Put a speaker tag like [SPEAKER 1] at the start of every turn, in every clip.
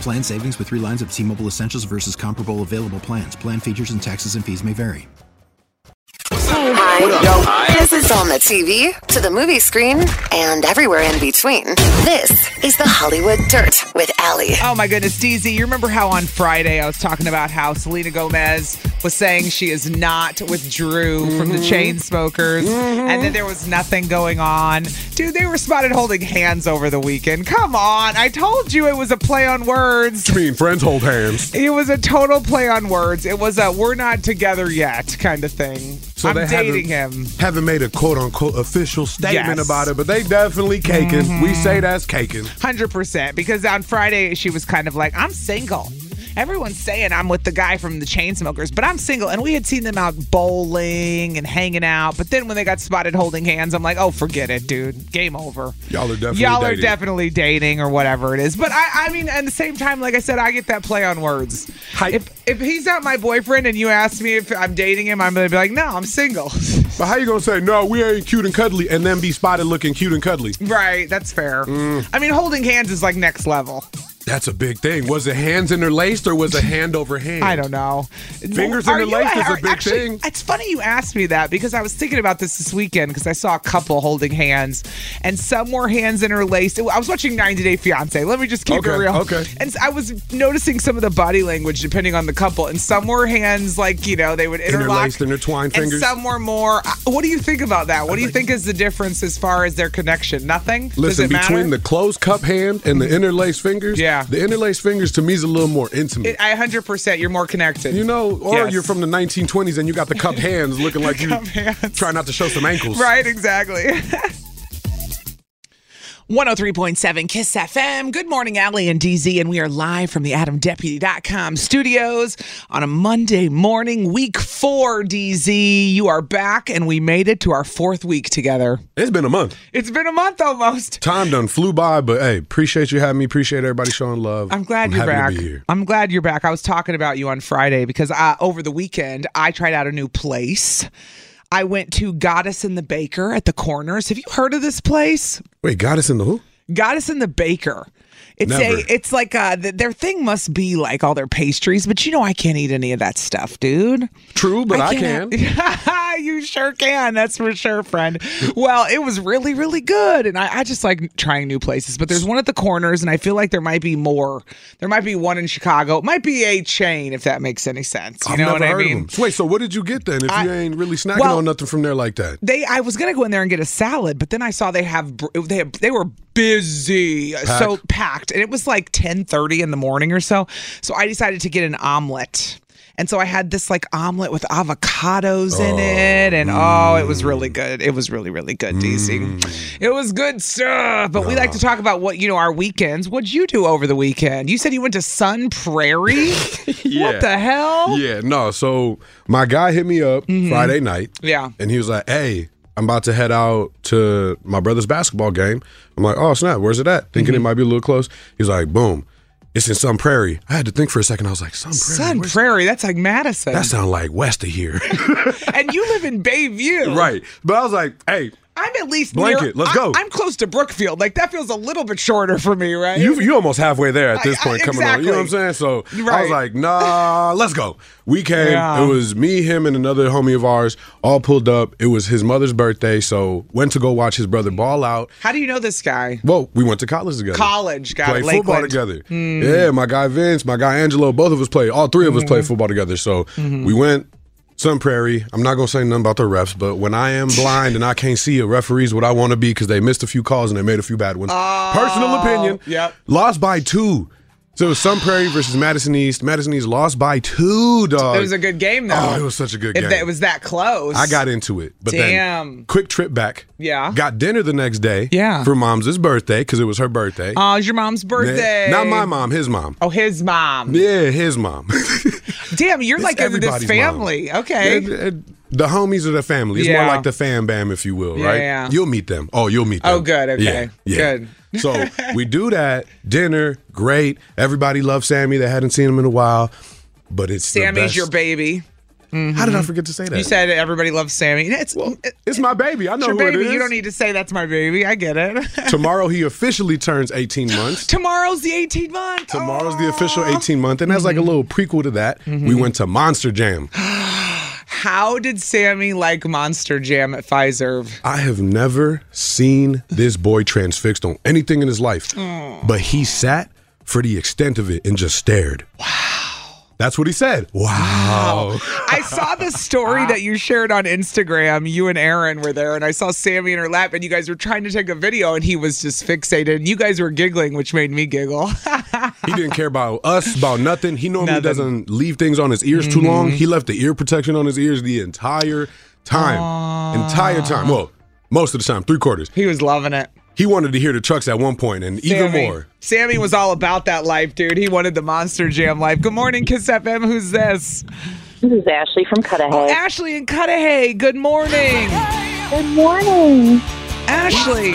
[SPEAKER 1] Plan savings with three lines of T Mobile Essentials versus comparable available plans. Plan features and taxes and fees may vary.
[SPEAKER 2] Hi. This is on the TV, to the movie screen, and everywhere in between. This is the Hollywood Dirt with Allie.
[SPEAKER 3] Oh my goodness, DZ, you remember how on Friday I was talking about how Selena Gomez was saying she is not with Drew from
[SPEAKER 4] Mm-hmm.
[SPEAKER 3] the chain smokers and then there was nothing going on. Dude, they were spotted holding hands over the weekend. Come on. I told you it was a play on words.
[SPEAKER 4] I mean, friends hold hands.
[SPEAKER 3] It was a total play on words. It was a we're not together yet kind of thing.
[SPEAKER 4] So
[SPEAKER 3] I'm
[SPEAKER 4] they haven't-
[SPEAKER 3] dating him.
[SPEAKER 4] Haven't made a quote unquote official statement
[SPEAKER 3] Yes. Mm-hmm.
[SPEAKER 4] about it, but they definitely caking. We say that's caking.
[SPEAKER 3] Hundred percent. Because on Friday she was kind of like, I'm single. Everyone's saying I'm with the guy from the Chainsmokers, but I'm single. And we had seen them out bowling and hanging out, but then when they got spotted holding hands, I'm like, oh, forget it, dude. Game over.
[SPEAKER 4] Y'all are definitely
[SPEAKER 3] Y'all are
[SPEAKER 4] dating.
[SPEAKER 3] definitely dating or whatever it is. But I, I mean, at the same time, like I said, I get that play on words.
[SPEAKER 4] Hype.
[SPEAKER 3] If if he's not my boyfriend and you ask me if I'm dating him, I'm gonna be like, no, I'm single.
[SPEAKER 4] But how you gonna say no? We ain't cute and cuddly, and then be spotted looking cute and cuddly?
[SPEAKER 3] right? That's fair.
[SPEAKER 4] Mm.
[SPEAKER 3] I mean, holding hands is like next level.
[SPEAKER 4] That's a big thing. Was it hands interlaced or was it hand over hand?
[SPEAKER 3] I don't know.
[SPEAKER 4] Fingers in
[SPEAKER 3] Are
[SPEAKER 4] the
[SPEAKER 3] you-
[SPEAKER 4] lake is a
[SPEAKER 3] are-
[SPEAKER 4] big
[SPEAKER 3] actually,
[SPEAKER 4] thing.
[SPEAKER 3] It's funny you asked me that because I was thinking about this this weekend because I saw a couple holding hands and some were hands interlaced. I was watching 90 Day Fiance. Let me just keep it
[SPEAKER 4] Okay,
[SPEAKER 3] real.
[SPEAKER 4] okay.
[SPEAKER 3] And I was noticing some of the body language depending on the couple, and some were hands like you know they would interlock,
[SPEAKER 4] Interlaced, intertwined
[SPEAKER 3] and
[SPEAKER 4] fingers.
[SPEAKER 3] some were more. I- What do you think about that? What do you think is the difference as far as their connection? Nothing.
[SPEAKER 4] Listen,
[SPEAKER 3] Does it matter?
[SPEAKER 4] between the closed cup hand and the interlaced fingers,
[SPEAKER 3] Yeah.
[SPEAKER 4] the interlaced fingers to me is a little more intimate.
[SPEAKER 3] It- I 100%. You're more connected.
[SPEAKER 4] you know, or
[SPEAKER 3] Yes.
[SPEAKER 4] you're from the 1920s and you got the cup hands looking like you
[SPEAKER 3] Cup hands.
[SPEAKER 4] trying not to show some ankles.
[SPEAKER 3] Right, exactly. 103.7 Kiss FM. Good morning, Allie and DZ, and we are live from the AdamDeputy.com studios on a Monday morning, week four, DZ. You are back, and we made it to our fourth week together.
[SPEAKER 4] It's been a month.
[SPEAKER 3] It's been a month almost.
[SPEAKER 4] Time done flew by, but hey, appreciate you having me. Appreciate everybody showing love.
[SPEAKER 3] I'm glad you're
[SPEAKER 4] happy
[SPEAKER 3] back.
[SPEAKER 4] To be here.
[SPEAKER 3] I'm glad you're back. I was talking about you on Friday because I, over the weekend I tried out a new place. I went to Goddess and the Baker at the Corners. Have you heard of this place?
[SPEAKER 4] Wait, got us in the who?
[SPEAKER 3] Goddess and the Baker. It's
[SPEAKER 4] Never.
[SPEAKER 3] a. It's like uh, th- their thing must be like all their pastries, but you know I can't eat any of that stuff, dude.
[SPEAKER 4] True, but I, can.
[SPEAKER 3] can't- you sure can. That's for sure, friend. Well, it was really, really good, and I, I just like trying new places. But there's one at the corners, and I feel like there might be more. There might be one in Chicago. It might be a chain, if that makes any sense. You
[SPEAKER 4] I've
[SPEAKER 3] know
[SPEAKER 4] never
[SPEAKER 3] what
[SPEAKER 4] heard
[SPEAKER 3] I mean?
[SPEAKER 4] of them. So wait, so what did you get then? If you ain't really snacking
[SPEAKER 3] well-
[SPEAKER 4] on nothing from there like that,
[SPEAKER 3] they I was gonna go in there and get a salad, but then I saw they have br- they have, they were busy, so packed, and it was like ten thirty in the morning or so. So I decided to get an omelet. And so I had this like omelet with avocados in it, and oh, it was really good. It was really, really good,
[SPEAKER 4] Mm.
[SPEAKER 3] DC. It was good stuff. But we like to talk about what you know our weekends. What'd you do over the weekend? You said you went to Sun Prairie. What the hell? Mm-hmm.
[SPEAKER 4] Yeah, no. So my guy hit me up Friday night.
[SPEAKER 3] Yeah.
[SPEAKER 4] And he was like, hey, I'm about to head out to my brother's basketball game. I'm like, oh, snap, where's it at?
[SPEAKER 3] Mm-hmm.
[SPEAKER 4] Thinking it might be a little close. He's like, boom, it's in Sun Prairie. I had to think for a second. I was like, Sun Prairie?
[SPEAKER 3] Sun
[SPEAKER 4] Where's-
[SPEAKER 3] Prairie. That's like Madison.
[SPEAKER 4] That sound like west of here.
[SPEAKER 3] and you live in Bayview.
[SPEAKER 4] right. But I was like, hey,
[SPEAKER 3] I'm at least
[SPEAKER 4] Blanket,
[SPEAKER 3] near-
[SPEAKER 4] let's
[SPEAKER 3] I-
[SPEAKER 4] go.
[SPEAKER 3] I'm close to Brookfield. Like that feels a little bit shorter for me, right?
[SPEAKER 4] You you almost halfway there at this
[SPEAKER 3] I- I-
[SPEAKER 4] point coming on. You know what I'm saying? So I
[SPEAKER 3] Right.
[SPEAKER 4] was like, nah, Uh, let's go. We came.
[SPEAKER 3] Yeah.
[SPEAKER 4] It was me, him, and another homie of ours all pulled up. It was his mother's birthday, so went to go watch his brother ball out.
[SPEAKER 3] How do you know this guy?
[SPEAKER 4] Well, we went to college together.
[SPEAKER 3] College, got
[SPEAKER 4] Played
[SPEAKER 3] it.
[SPEAKER 4] football
[SPEAKER 3] Lakeland. Hmm.
[SPEAKER 4] together. Yeah, my guy Vince, my guy Angelo, both of us played. All three of us
[SPEAKER 3] Mm-hmm.
[SPEAKER 4] played football together. So we went. Sun Prairie. I'm not gonna say nothing about the refs, but when I am blind and I can't see, a referee's what I want to be because they missed a few calls and they made a few bad ones.
[SPEAKER 3] Oh.
[SPEAKER 4] Personal opinion.
[SPEAKER 3] yep.
[SPEAKER 4] Lost by two. So it was Sun Prairie versus Madison East. Madison East lost by two, dog.
[SPEAKER 3] It was a good game, though.
[SPEAKER 4] Uh, Oh, it was such a good
[SPEAKER 3] If
[SPEAKER 4] game.
[SPEAKER 3] that- it was that close,
[SPEAKER 4] I got into it. But
[SPEAKER 3] Damn.
[SPEAKER 4] then quick trip back.
[SPEAKER 3] Yeah.
[SPEAKER 4] Got dinner the next day.
[SPEAKER 3] Yeah.
[SPEAKER 4] For mom's birthday, because it was her birthday.
[SPEAKER 3] Oh, it's your mom's
[SPEAKER 4] Yeah.
[SPEAKER 3] birthday.
[SPEAKER 4] Not my mom, his mom.
[SPEAKER 3] Oh, his mom.
[SPEAKER 4] Yeah, his mom.
[SPEAKER 3] Damn, you're like into this
[SPEAKER 4] everybody's mom.
[SPEAKER 3] family. Okay.
[SPEAKER 4] Yeah, the homies of the family. It's
[SPEAKER 3] Yeah.
[SPEAKER 4] more like the fam bam, if you will,
[SPEAKER 3] Yeah,
[SPEAKER 4] right?
[SPEAKER 3] yeah.
[SPEAKER 4] You'll meet them. Oh, you'll meet them.
[SPEAKER 3] Oh, good, okay, good.
[SPEAKER 4] so we do that. Dinner, great. Everybody loves Sammy. They hadn't seen him in a while. But it's the
[SPEAKER 3] Sammy's
[SPEAKER 4] best-
[SPEAKER 3] your baby. Mm-hmm.
[SPEAKER 4] How did I forget to say that?
[SPEAKER 3] You said everybody loves Sammy. It's, it's
[SPEAKER 4] it's my baby. I know
[SPEAKER 3] your
[SPEAKER 4] who
[SPEAKER 3] baby.
[SPEAKER 4] it is.
[SPEAKER 3] You don't need to say that's my baby. I get it.
[SPEAKER 4] Tomorrow he officially turns 18 months.
[SPEAKER 3] Tomorrow's the Mm-hmm. 18 month.
[SPEAKER 4] Tomorrow's the official 18 month, and as like a little prequel to that, we went to Monster Jam.
[SPEAKER 3] How Mm-hmm. Oh, did Sammy like Monster Jam at Pfizer?
[SPEAKER 4] I have never seen this boy transfixed on anything in his life, but he sat for the extent of it and just stared. Wow. That's what he said. Wow.
[SPEAKER 3] I saw the story that you shared on Instagram. You and Aaron were there, and I saw Sammy in her lap, and you guys were trying to take a video, and he was just fixated, and you guys were giggling, which made me giggle.
[SPEAKER 4] He didn't care about us, about nothing. He normally
[SPEAKER 3] Nothing. Mm-hmm.
[SPEAKER 4] doesn't leave things on his ears too long. He left the ear protection on his ears the entire time. Entire time. Well, most of the time, three quarters.
[SPEAKER 3] he was loving it.
[SPEAKER 4] He wanted to hear the trucks at one point, and even
[SPEAKER 3] Sammy.
[SPEAKER 4] more.
[SPEAKER 3] Sammy was all about that life, dude. He wanted the Monster Jam life. Good morning, Kiss FM. Who's this?
[SPEAKER 5] This is Ashley from Cudahy.
[SPEAKER 3] Ashley and Cudahy. Good morning.
[SPEAKER 5] Good morning.
[SPEAKER 3] Ashley.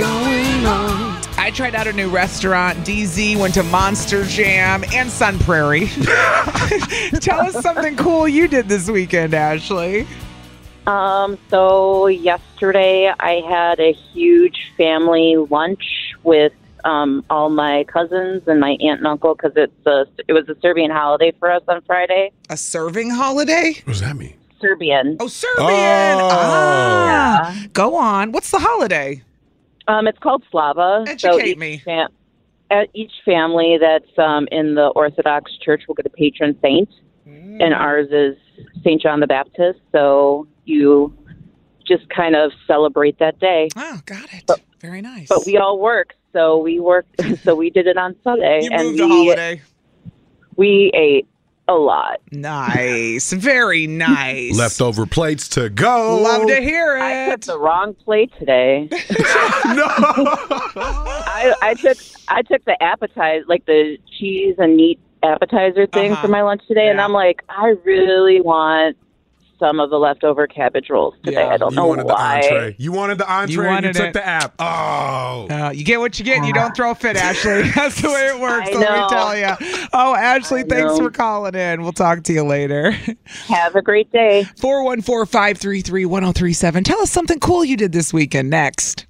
[SPEAKER 3] I tried out a new restaurant, DZ, went to Monster Jam and Sun Prairie. Tell us something cool you did this weekend, Ashley.
[SPEAKER 5] Um, so yesterday I had a huge family lunch with um, all my cousins and my aunt and uncle because it's a it was a Serbian holiday for us on Friday.
[SPEAKER 3] A serving holiday?
[SPEAKER 4] What does that mean?
[SPEAKER 5] Serbian.
[SPEAKER 3] Oh, Serbian.
[SPEAKER 4] Oh.
[SPEAKER 3] Ah, Go on. What's the holiday?
[SPEAKER 5] Um, it's called Slava. so
[SPEAKER 3] Educate
[SPEAKER 5] each
[SPEAKER 3] me.
[SPEAKER 5] Fam- at each family that's um, in the Orthodox Church will get a patron saint,
[SPEAKER 3] Mm.
[SPEAKER 5] and ours is Saint John the Baptist. So you just kind of celebrate that day.
[SPEAKER 3] Oh, got it. Very nice.
[SPEAKER 5] But we all work, so we worked. So we did it on Sunday,
[SPEAKER 3] you
[SPEAKER 5] and
[SPEAKER 3] moved
[SPEAKER 5] we
[SPEAKER 3] a holiday.
[SPEAKER 5] we ate a lot.
[SPEAKER 3] Nice. Very nice. Oh,
[SPEAKER 4] Leftover plates to go.
[SPEAKER 3] Love to hear
[SPEAKER 5] I took
[SPEAKER 3] it.
[SPEAKER 5] the wrong plate today. I, I took I took the appetizer, like the cheese and meat appetizer thing
[SPEAKER 3] Uh-huh.
[SPEAKER 5] for my lunch today, and
[SPEAKER 3] Yeah.
[SPEAKER 5] I'm like, I really want some of the leftover cabbage rolls today.
[SPEAKER 3] Yeah,
[SPEAKER 5] I don't
[SPEAKER 4] You
[SPEAKER 5] know
[SPEAKER 4] wanted
[SPEAKER 5] why.
[SPEAKER 4] the entree. You wanted the entree. You,
[SPEAKER 3] wanted
[SPEAKER 4] took
[SPEAKER 3] it.
[SPEAKER 4] the app. Oh.
[SPEAKER 3] Uh, you get what you get. and You don't throw a fit, Ashley. That's the way it works.
[SPEAKER 5] I
[SPEAKER 3] Let me
[SPEAKER 5] know.
[SPEAKER 3] tell you. Oh, Ashley,
[SPEAKER 5] I
[SPEAKER 3] thanks
[SPEAKER 5] know.
[SPEAKER 3] for calling in. We'll talk to you later.
[SPEAKER 5] Have a great day.
[SPEAKER 3] 414 533 1037. Tell us something cool you did this weekend next.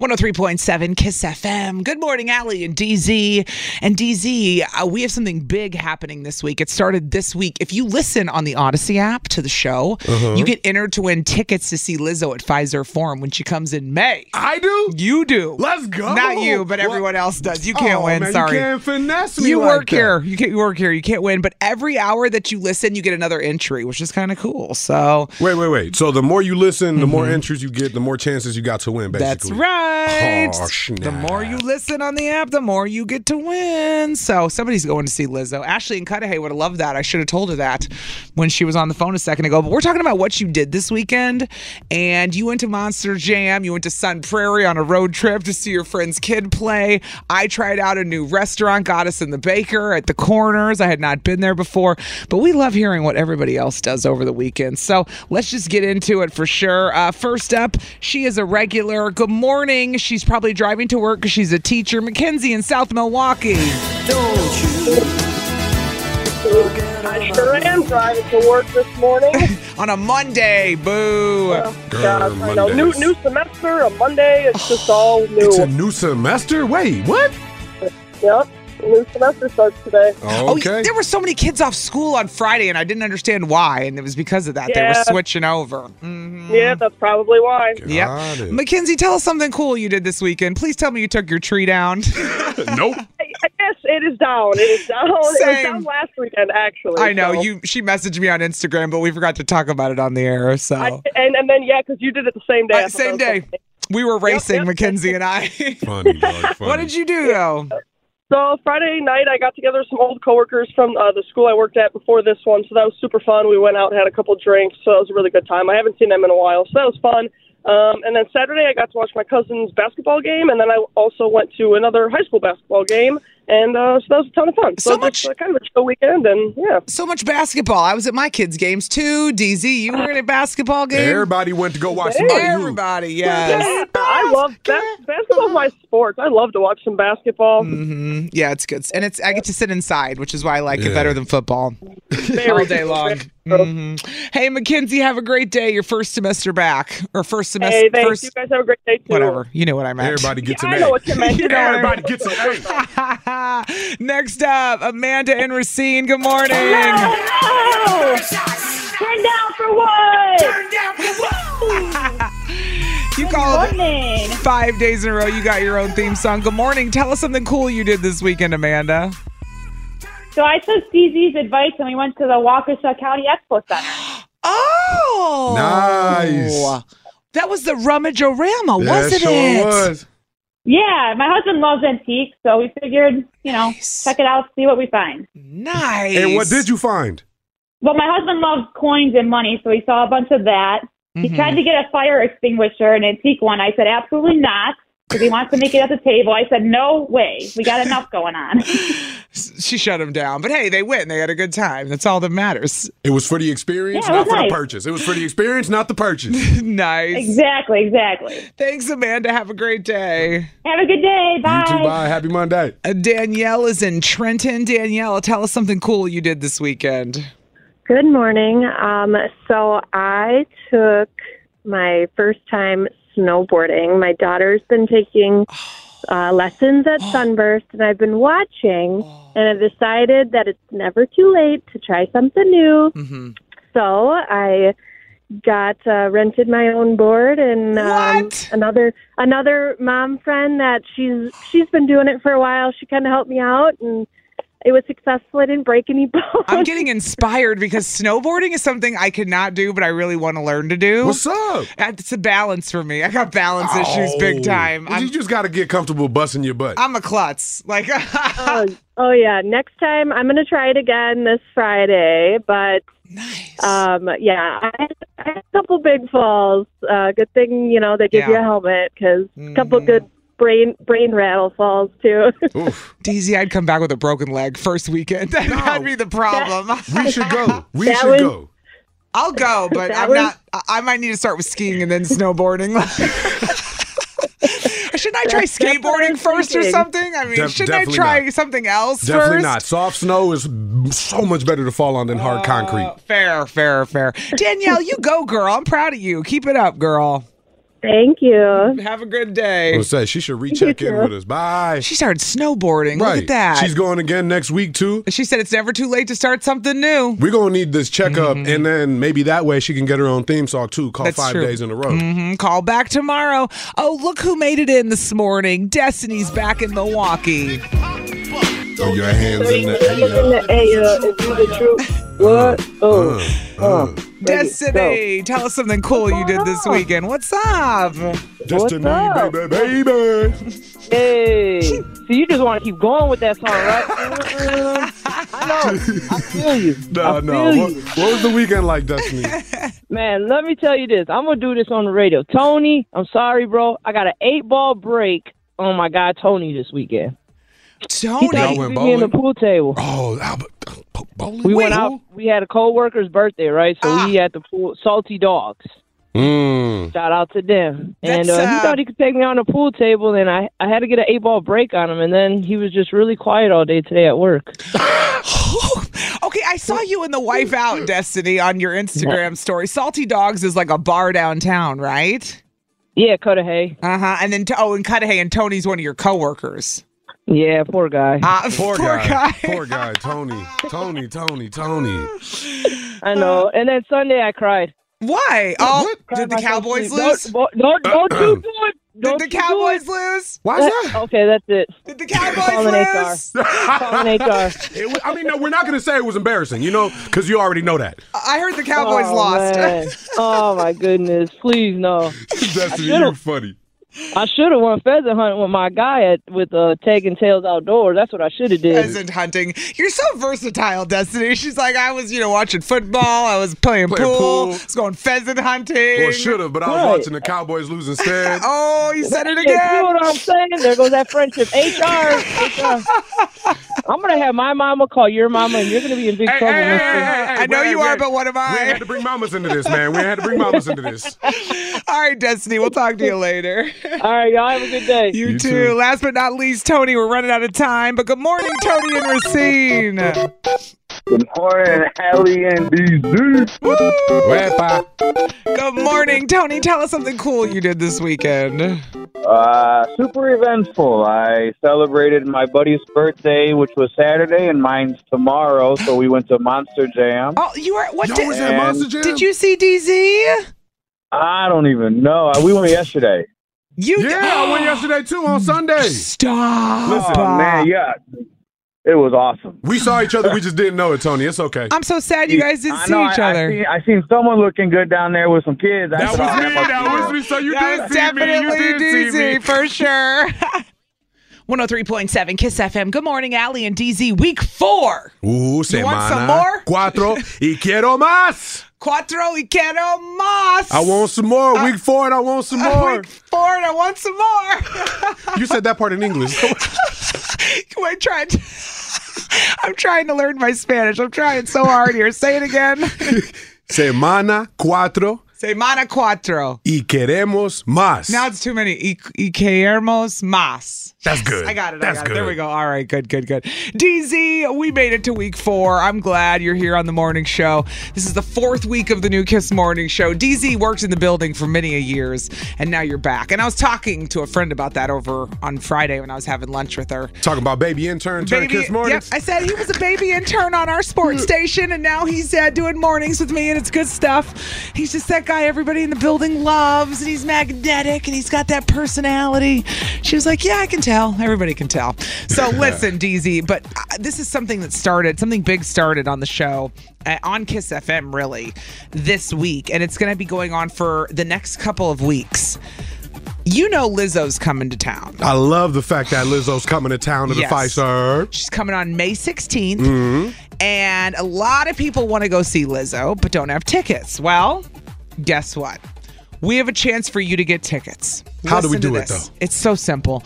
[SPEAKER 3] 103.7 Kiss FM. Good morning, Allie and DZ. And DZ, uh, we have something big happening this week. It started this week. If you listen on the Odyssey app to the show,
[SPEAKER 4] Uh-huh.
[SPEAKER 3] you get entered to win tickets to see Lizzo at Pfizer Forum when she comes in May.
[SPEAKER 4] I do?
[SPEAKER 3] You do.
[SPEAKER 4] Let's go.
[SPEAKER 3] Not you, but
[SPEAKER 4] What?
[SPEAKER 3] everyone else does. You can't
[SPEAKER 4] Oh,
[SPEAKER 3] win.
[SPEAKER 4] man, you
[SPEAKER 3] Sorry.
[SPEAKER 4] can't finesse me
[SPEAKER 3] You
[SPEAKER 4] like
[SPEAKER 3] work
[SPEAKER 4] that.
[SPEAKER 3] here. You can't you work here. You can't win. But every hour that you listen, you get another entry, which is kind of cool. So
[SPEAKER 4] Wait, wait, wait. So the more you listen, the more entries you get, the more chances you got to win, basically.
[SPEAKER 3] Mm-hmm. that's right.
[SPEAKER 4] Oh,
[SPEAKER 3] the
[SPEAKER 4] snap.
[SPEAKER 3] more you listen on the app, the more you get to win. So somebody's going to see Lizzo. Ashley and Cudahy would have loved that. I should have told her that when she was on the phone a second ago. But we're talking about what you did this weekend. And you went to Monster Jam. You went to Sun Prairie on a road trip to see your friend's kid play. I tried out a new restaurant, Goddess and the Baker at the corners. I had not been there before. But we love hearing what everybody else does over the weekend. So let's just get into it for sure. Uh, first up, she is a regular. Good morning. She's probably driving to work because she's a teacher. Mackenzie in South Milwaukee.
[SPEAKER 6] I sure am driving to work this morning.
[SPEAKER 3] on a Monday. Boo.
[SPEAKER 4] Girl,
[SPEAKER 6] You know, new
[SPEAKER 4] Mondays.
[SPEAKER 6] new semester, a Monday. It's
[SPEAKER 3] Oh,
[SPEAKER 6] just all new.
[SPEAKER 4] It's a new semester. Wait, what?
[SPEAKER 6] yep. New semester starts today.
[SPEAKER 3] Oh,
[SPEAKER 4] Okay.
[SPEAKER 3] there were so many kids off school on Friday, and I didn't understand why. And it was because of that. They
[SPEAKER 6] Yeah.
[SPEAKER 3] were switching over. Mm-hmm.
[SPEAKER 6] Yeah, that's probably why.
[SPEAKER 3] Yep.
[SPEAKER 4] Got it.
[SPEAKER 3] Mackenzie, tell us something cool you did this weekend. Please tell me you took your tree down.
[SPEAKER 4] nope.
[SPEAKER 6] I, I guess it is down. It is down. It
[SPEAKER 3] Same.
[SPEAKER 6] was down last weekend, actually.
[SPEAKER 3] I know
[SPEAKER 6] so-
[SPEAKER 3] you. She messaged me on Instagram, but we forgot to talk about it on the air. So
[SPEAKER 6] I, and and then yeah, because you did it the same day.
[SPEAKER 3] Uh,
[SPEAKER 6] I thought that
[SPEAKER 3] same
[SPEAKER 6] was
[SPEAKER 3] day,
[SPEAKER 6] funny.
[SPEAKER 3] we were racing,
[SPEAKER 6] yep.
[SPEAKER 3] Mackenzie and I.
[SPEAKER 4] Funny, dog. Funny.
[SPEAKER 3] what did you do though?
[SPEAKER 6] So Friday night, I got together some old coworkers from uh, the school I worked at before this one, so that was super fun. We went out and had a couple drinks, so that was a really good time. I haven't seen them in a while, so that was fun. Um, and then Saturday, I got to watch my cousin's basketball game, and then I also went to another high school basketball game, and uh, so that was a ton of fun.
[SPEAKER 3] So
[SPEAKER 6] So, just,
[SPEAKER 3] much-
[SPEAKER 6] uh, kind of a chill weekend, and yeah.
[SPEAKER 3] So much basketball. I was at my kids' games too. DZ, you were at a basketball game.
[SPEAKER 4] Everybody went to go watch somebody. hoop.
[SPEAKER 3] Everybody, yes.
[SPEAKER 6] I love that. Basketball's my sport. I love to watch some basketball.
[SPEAKER 3] Mm-hmm. Yeah, it's good. And it's I get to sit inside, which is why I like it better than football. All day long. Mhm. Hey Mackenzie, have a great day. Your first semester back. Or first semester
[SPEAKER 6] Hey, thanks.
[SPEAKER 3] first
[SPEAKER 6] you guys have a great day, too.
[SPEAKER 3] whatever. You know what I meant.
[SPEAKER 4] Everybody gets
[SPEAKER 6] Yeah,
[SPEAKER 4] an
[SPEAKER 6] I
[SPEAKER 4] A.
[SPEAKER 6] know what you meant.
[SPEAKER 3] You know what I
[SPEAKER 4] Everybody
[SPEAKER 3] meant.
[SPEAKER 4] gets an A.
[SPEAKER 3] Next up, Amanda and Racine. Good morning.
[SPEAKER 7] Turn down for what?
[SPEAKER 3] You called
[SPEAKER 7] morning.
[SPEAKER 3] five days in a row. You got your own theme song. Good morning. Tell us something cool you did this weekend, Amanda.
[SPEAKER 7] So I took DZ's advice and we went to the Waukesha County Expo Center.
[SPEAKER 3] Oh,
[SPEAKER 4] Nice.
[SPEAKER 3] That was the rummage rama wasn't
[SPEAKER 4] sure
[SPEAKER 3] it?
[SPEAKER 4] was.
[SPEAKER 7] Yeah, my husband loves antiques, so we figured, you know, check it out, see what we find.
[SPEAKER 3] Nice.
[SPEAKER 4] And what did you find?
[SPEAKER 7] Well, my husband loves coins and money, so he saw a bunch of that.
[SPEAKER 3] Mm-hmm.
[SPEAKER 7] He tried to get a fire extinguisher, an antique one. I said, absolutely not, because he wants to make it at the table. I said, no way. We got enough going on.
[SPEAKER 3] She shut him down, but hey, they went. They had a good time. That's all that matters.
[SPEAKER 4] It was for the experience,
[SPEAKER 7] Yeah, it
[SPEAKER 4] not
[SPEAKER 7] was
[SPEAKER 4] for
[SPEAKER 7] nice.
[SPEAKER 4] the purchase. It was for the experience, not the purchase.
[SPEAKER 3] nice.
[SPEAKER 7] exactly, exactly.
[SPEAKER 3] Thanks, Amanda. Have a great day.
[SPEAKER 7] Have a good day.
[SPEAKER 4] You too, bye. Happy Monday.
[SPEAKER 3] Uh, Danielle is in Trenton. Danielle, tell us something cool you did this weekend.
[SPEAKER 8] Good morning. Um, so I took my first time snowboarding. My daughter's been taking uh, lessons at Sunburst, and I've been watching, and I've decided that it's never too late to try something new. So I got uh, rented my own board and um,
[SPEAKER 3] What?
[SPEAKER 8] another another mom friend that she's she's been doing it for a while. She kind of helped me out and. It was successful. I didn't break any bones.
[SPEAKER 3] I'm getting inspired because snowboarding is something I could not do, but I really want to learn to do.
[SPEAKER 4] What's up?
[SPEAKER 3] It's a balance for me. I got balance issues
[SPEAKER 4] Oh.
[SPEAKER 3] big time.
[SPEAKER 4] You
[SPEAKER 3] I'm,
[SPEAKER 4] just got to get comfortable busting your butt.
[SPEAKER 3] I'm a klutz. Like,
[SPEAKER 8] oh, oh yeah. Next time I'm gonna try it again this Friday. But
[SPEAKER 3] nice.
[SPEAKER 8] um, yeah, I, I had a couple big falls. Uh, good thing you know they give you
[SPEAKER 3] Yeah. Mm-hmm.
[SPEAKER 8] a helmet because a couple good brain brain rattle falls too.
[SPEAKER 4] Oof.
[SPEAKER 3] DZ, I'd come back with a broken leg first weekend. That'd be the problem.
[SPEAKER 4] We should go. We
[SPEAKER 8] That
[SPEAKER 4] should
[SPEAKER 8] was-
[SPEAKER 4] go.
[SPEAKER 3] I'll go, but
[SPEAKER 8] That
[SPEAKER 3] I'm
[SPEAKER 8] was-
[SPEAKER 3] not. I- I might need to start with skiing and then snowboarding. Shouldn't I try
[SPEAKER 8] what I
[SPEAKER 3] skateboarding
[SPEAKER 8] was
[SPEAKER 3] first or
[SPEAKER 8] thinking.
[SPEAKER 3] something? I mean,
[SPEAKER 4] Def-
[SPEAKER 3] shouldn't I
[SPEAKER 4] definitely
[SPEAKER 3] try
[SPEAKER 4] not.
[SPEAKER 3] something else
[SPEAKER 4] Definitely
[SPEAKER 3] first?
[SPEAKER 4] not. Soft snow is so much better to fall on than hard concrete.
[SPEAKER 3] Uh, fair, fair, fair. Danielle, you go, girl. I'm proud of you. Keep it up, girl.
[SPEAKER 8] Thank you.
[SPEAKER 3] Have a good
[SPEAKER 4] I
[SPEAKER 3] day.
[SPEAKER 4] was gonna say she should recheck in
[SPEAKER 8] too.
[SPEAKER 4] with us. Bye.
[SPEAKER 3] She started snowboarding.
[SPEAKER 4] right.
[SPEAKER 3] Look at that.
[SPEAKER 4] She's going again next week too.
[SPEAKER 3] she said it's never too late to start something new. Mm-hmm.
[SPEAKER 4] We're gonna need this checkup, and then maybe that way she can get her own theme song too. Call
[SPEAKER 3] That's
[SPEAKER 4] five
[SPEAKER 3] true.
[SPEAKER 4] days in a row.
[SPEAKER 3] Mhm. Call back tomorrow. Oh, look who made it in this morning. Destiny's back in Milwaukee. Mm-hmm.
[SPEAKER 4] Throw your hands in the air.
[SPEAKER 6] Hey, uh, is you the truth? What? Oh,
[SPEAKER 4] Uh,
[SPEAKER 3] Destiny, tell us something cool you did this weekend. What's up?
[SPEAKER 4] Destiny,
[SPEAKER 6] up?
[SPEAKER 4] baby, baby.
[SPEAKER 6] hey. So you just want to keep going with that song, right? I know. I feel you.
[SPEAKER 4] No,
[SPEAKER 6] I
[SPEAKER 4] no.
[SPEAKER 6] feel
[SPEAKER 4] What,
[SPEAKER 6] you.
[SPEAKER 4] what was the weekend like, Destiny?
[SPEAKER 6] Man, let me tell you this. I'm going to do this on the radio. Tony, I'm sorry, bro. I got an eight ball break on my guy Tony this weekend. He
[SPEAKER 3] Tony.
[SPEAKER 6] thought
[SPEAKER 4] Y'all
[SPEAKER 6] he
[SPEAKER 4] went
[SPEAKER 6] threw me in the pool
[SPEAKER 4] bowling?
[SPEAKER 6] table.
[SPEAKER 4] oh, Albert, po- bowling.
[SPEAKER 6] We went out. We had a co-worker's birthday, right? So
[SPEAKER 3] Ah.
[SPEAKER 6] we had the pool, Salty Dogs.
[SPEAKER 9] Hmm.
[SPEAKER 4] Mm.
[SPEAKER 6] Shout out to them.
[SPEAKER 3] That's,
[SPEAKER 6] and uh,
[SPEAKER 3] uh,
[SPEAKER 6] he thought he could take me on the pool table, and I, I had to get an eight ball break on him. And then he was just really quiet all day today at work.
[SPEAKER 3] okay, Okay, I saw you in the wife out Destiny on your Instagram story. Salty Dogs is like a bar downtown, right?
[SPEAKER 9] Yeah, Cudahy.
[SPEAKER 3] Uh huh. And then oh, and Cudahy and Tony's one of your coworkers.
[SPEAKER 9] Yeah, poor guy.
[SPEAKER 3] Uh,
[SPEAKER 4] Poor,
[SPEAKER 3] poor
[SPEAKER 4] guy.
[SPEAKER 3] guy.
[SPEAKER 4] Poor guy. Tony. Tony, Tony, Tony.
[SPEAKER 9] I know. And then Sunday I cried.
[SPEAKER 3] Uh, Why? Oh, did the
[SPEAKER 9] myself
[SPEAKER 3] Cowboys
[SPEAKER 9] asleep.
[SPEAKER 3] lose?
[SPEAKER 9] Don't, don't, don't you do it.
[SPEAKER 3] Did
[SPEAKER 9] Don't
[SPEAKER 3] the
[SPEAKER 9] you do
[SPEAKER 3] Cowboys
[SPEAKER 9] it.
[SPEAKER 3] lose?
[SPEAKER 4] Why is
[SPEAKER 9] That-
[SPEAKER 4] that?
[SPEAKER 9] okay, that's it.
[SPEAKER 3] Did the
[SPEAKER 9] Call
[SPEAKER 3] Cowboys
[SPEAKER 9] an
[SPEAKER 3] lose?
[SPEAKER 9] HR. Call an HR.
[SPEAKER 4] It wa- I mean, no, we're not going to say it was embarrassing, you know, because you already know that.
[SPEAKER 3] I heard the Cowboys
[SPEAKER 9] Oh, man.
[SPEAKER 3] lost.
[SPEAKER 9] oh my goodness! Please no.
[SPEAKER 4] Destiny, you're funny.
[SPEAKER 9] I should have won pheasant hunting with my guy at with uh, taking tails outdoors. That's what I should have did.
[SPEAKER 3] Pheasant hunting. You're so versatile, Destiny. She's like, I was, you know, watching football. I was playing,
[SPEAKER 4] Playing
[SPEAKER 3] pool.
[SPEAKER 4] pool.
[SPEAKER 3] I was going pheasant hunting.
[SPEAKER 4] Well, should have, but I was
[SPEAKER 9] Right.
[SPEAKER 4] watching the Cowboys lose instead.
[SPEAKER 3] Oh, you said it
[SPEAKER 9] You see
[SPEAKER 3] again.
[SPEAKER 9] what I'm saying? There goes that friendship. HR. HR. I'm gonna have my mama call your mama, and you're gonna be in big
[SPEAKER 4] Hey,
[SPEAKER 9] trouble.
[SPEAKER 4] hey, hey,
[SPEAKER 9] mister.
[SPEAKER 4] hey, hey,
[SPEAKER 3] I know
[SPEAKER 4] we had-
[SPEAKER 3] you
[SPEAKER 4] we
[SPEAKER 3] are,
[SPEAKER 4] had-
[SPEAKER 3] but what am
[SPEAKER 4] We
[SPEAKER 3] I?
[SPEAKER 4] had to bring mamas into this, man. We had to bring mamas into this.
[SPEAKER 3] All right, Destiny. We'll talk to you later.
[SPEAKER 9] All right, y'all have a good day.
[SPEAKER 3] You,
[SPEAKER 4] You
[SPEAKER 3] too.
[SPEAKER 4] too.
[SPEAKER 3] Last but not least, Tony. We're running out of time, but good morning, Tony and Racine.
[SPEAKER 10] Good morning, Allie and DZ.
[SPEAKER 4] Wepa.
[SPEAKER 3] Good morning, Tony. Tell us something cool you did this weekend.
[SPEAKER 10] Uh, super eventful. I celebrated my buddy's birthday, which was Saturday, and mine's tomorrow. So we went to Monster Jam.
[SPEAKER 3] Oh, you were what?
[SPEAKER 4] Yo,
[SPEAKER 3] did,
[SPEAKER 4] was that
[SPEAKER 10] And-
[SPEAKER 4] Monster Jam?
[SPEAKER 3] did you see DZ?
[SPEAKER 10] I don't even know. We went yesterday.
[SPEAKER 3] You
[SPEAKER 4] Yeah, I went yesterday too on Sunday.
[SPEAKER 3] Stop.
[SPEAKER 10] Oh man, yeah, it was awesome.
[SPEAKER 4] We saw each other. We just didn't know it, Tony. It's okay.
[SPEAKER 3] I'm so sad you guys didn't
[SPEAKER 10] I
[SPEAKER 3] see
[SPEAKER 10] know,
[SPEAKER 3] each
[SPEAKER 10] I,
[SPEAKER 3] other.
[SPEAKER 10] I seen, I seen someone looking good down there with some kids. I
[SPEAKER 4] that was
[SPEAKER 10] said,
[SPEAKER 4] me.
[SPEAKER 10] "Oh, must be
[SPEAKER 4] That was
[SPEAKER 10] her."
[SPEAKER 4] me. So you
[SPEAKER 3] that
[SPEAKER 4] did
[SPEAKER 3] was
[SPEAKER 4] see me. You
[SPEAKER 3] definitely
[SPEAKER 4] did see me.
[SPEAKER 3] DZ for sure. 103.7 Kiss FM. Good morning, Allie and DZ. Week four.
[SPEAKER 4] Ooh, semana
[SPEAKER 3] You want some more?
[SPEAKER 4] cuatro y quiero más.
[SPEAKER 3] Cuatro y quiero más.
[SPEAKER 4] I want some more. Week four and I want some more.
[SPEAKER 3] Uh, Week four and I want some more.
[SPEAKER 4] You said that part in English.
[SPEAKER 3] We're trying to- I'm trying to learn my Spanish. I'm trying so hard here. Say it again.
[SPEAKER 4] semana cuatro
[SPEAKER 3] Say mana cuatro.
[SPEAKER 4] y queremos más.
[SPEAKER 3] Oh. Now it's too many. Y, y queremos más.
[SPEAKER 4] That's good.
[SPEAKER 3] I got it.
[SPEAKER 4] That's
[SPEAKER 3] I got
[SPEAKER 4] good.
[SPEAKER 3] it. There we go. All right. Good, good, good. DZ, we made it to week four. I'm glad you're here on the morning show. This is the fourth week of the new Kiss Morning Show. DZ worked in the building for many a years, and now you're back. And I was talking to a friend about that over on Friday when I was having lunch with her.
[SPEAKER 4] Talking about baby intern, Mm. turn kiss
[SPEAKER 3] yep,
[SPEAKER 4] mornings.
[SPEAKER 3] I said he was a baby intern on our sports station, and now he's uh, doing mornings with me, and it's good stuff. He's just that guy everybody in the building loves, and he's magnetic, and he's got that personality. She was like, "Yeah, I can tell. Everybody can tell." So listen, DZ, but uh, this is something that started, something big started on the show. Uh, on Kiss FM, really, this week, and it's going to be going on for the next couple of weeks. You know, Lizzo's coming to town.
[SPEAKER 4] I love the fact that Lizzo's coming to town to
[SPEAKER 3] Yes.
[SPEAKER 4] the Pfizer.
[SPEAKER 3] She's coming on May 16th.
[SPEAKER 4] Mm. Mm-hmm.
[SPEAKER 3] And a lot of people want to go see Lizzo, but don't have tickets. Well, guess what? We have a chance for you to get tickets.
[SPEAKER 4] How do we
[SPEAKER 3] Listen to
[SPEAKER 4] do it,
[SPEAKER 3] this.
[SPEAKER 4] though?
[SPEAKER 3] It's so simple.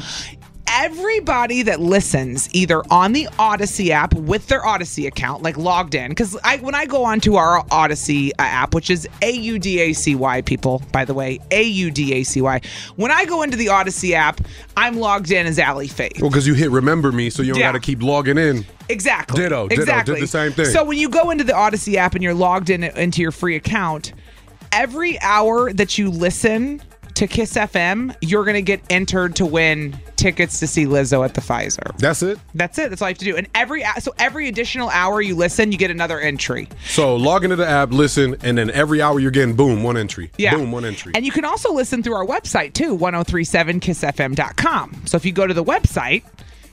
[SPEAKER 3] Everybody that listens either on the Odyssey app with their Odyssey account, like logged in, because I, when I go onto our Odyssey uh, app, which is A U D A C Y, people, by the way, A U D A C Y, when I go into the Odyssey app, I'm logged in as Allie Faith.
[SPEAKER 4] Well, because you hit remember me, so you don't
[SPEAKER 3] Yeah.
[SPEAKER 4] got to keep logging in.
[SPEAKER 3] Exactly.
[SPEAKER 4] Ditto, ditto, did
[SPEAKER 3] Exactly.
[SPEAKER 4] the same thing.
[SPEAKER 3] So when you go into the Odyssey app and you're logged in into your free account, every hour that you listen to Kiss FM, you're gonna get entered to win tickets to see Lizzo at the Pfizer.
[SPEAKER 4] That's it.
[SPEAKER 3] That's it. That's all you have to do. And every so every additional hour you listen, you get another entry.
[SPEAKER 4] So log into the app, listen, and then every hour you're getting boom, one entry.
[SPEAKER 3] Yeah.
[SPEAKER 4] Boom, one entry.
[SPEAKER 3] And you can also listen through our website too, 1037kissfm.com. So if you go to the website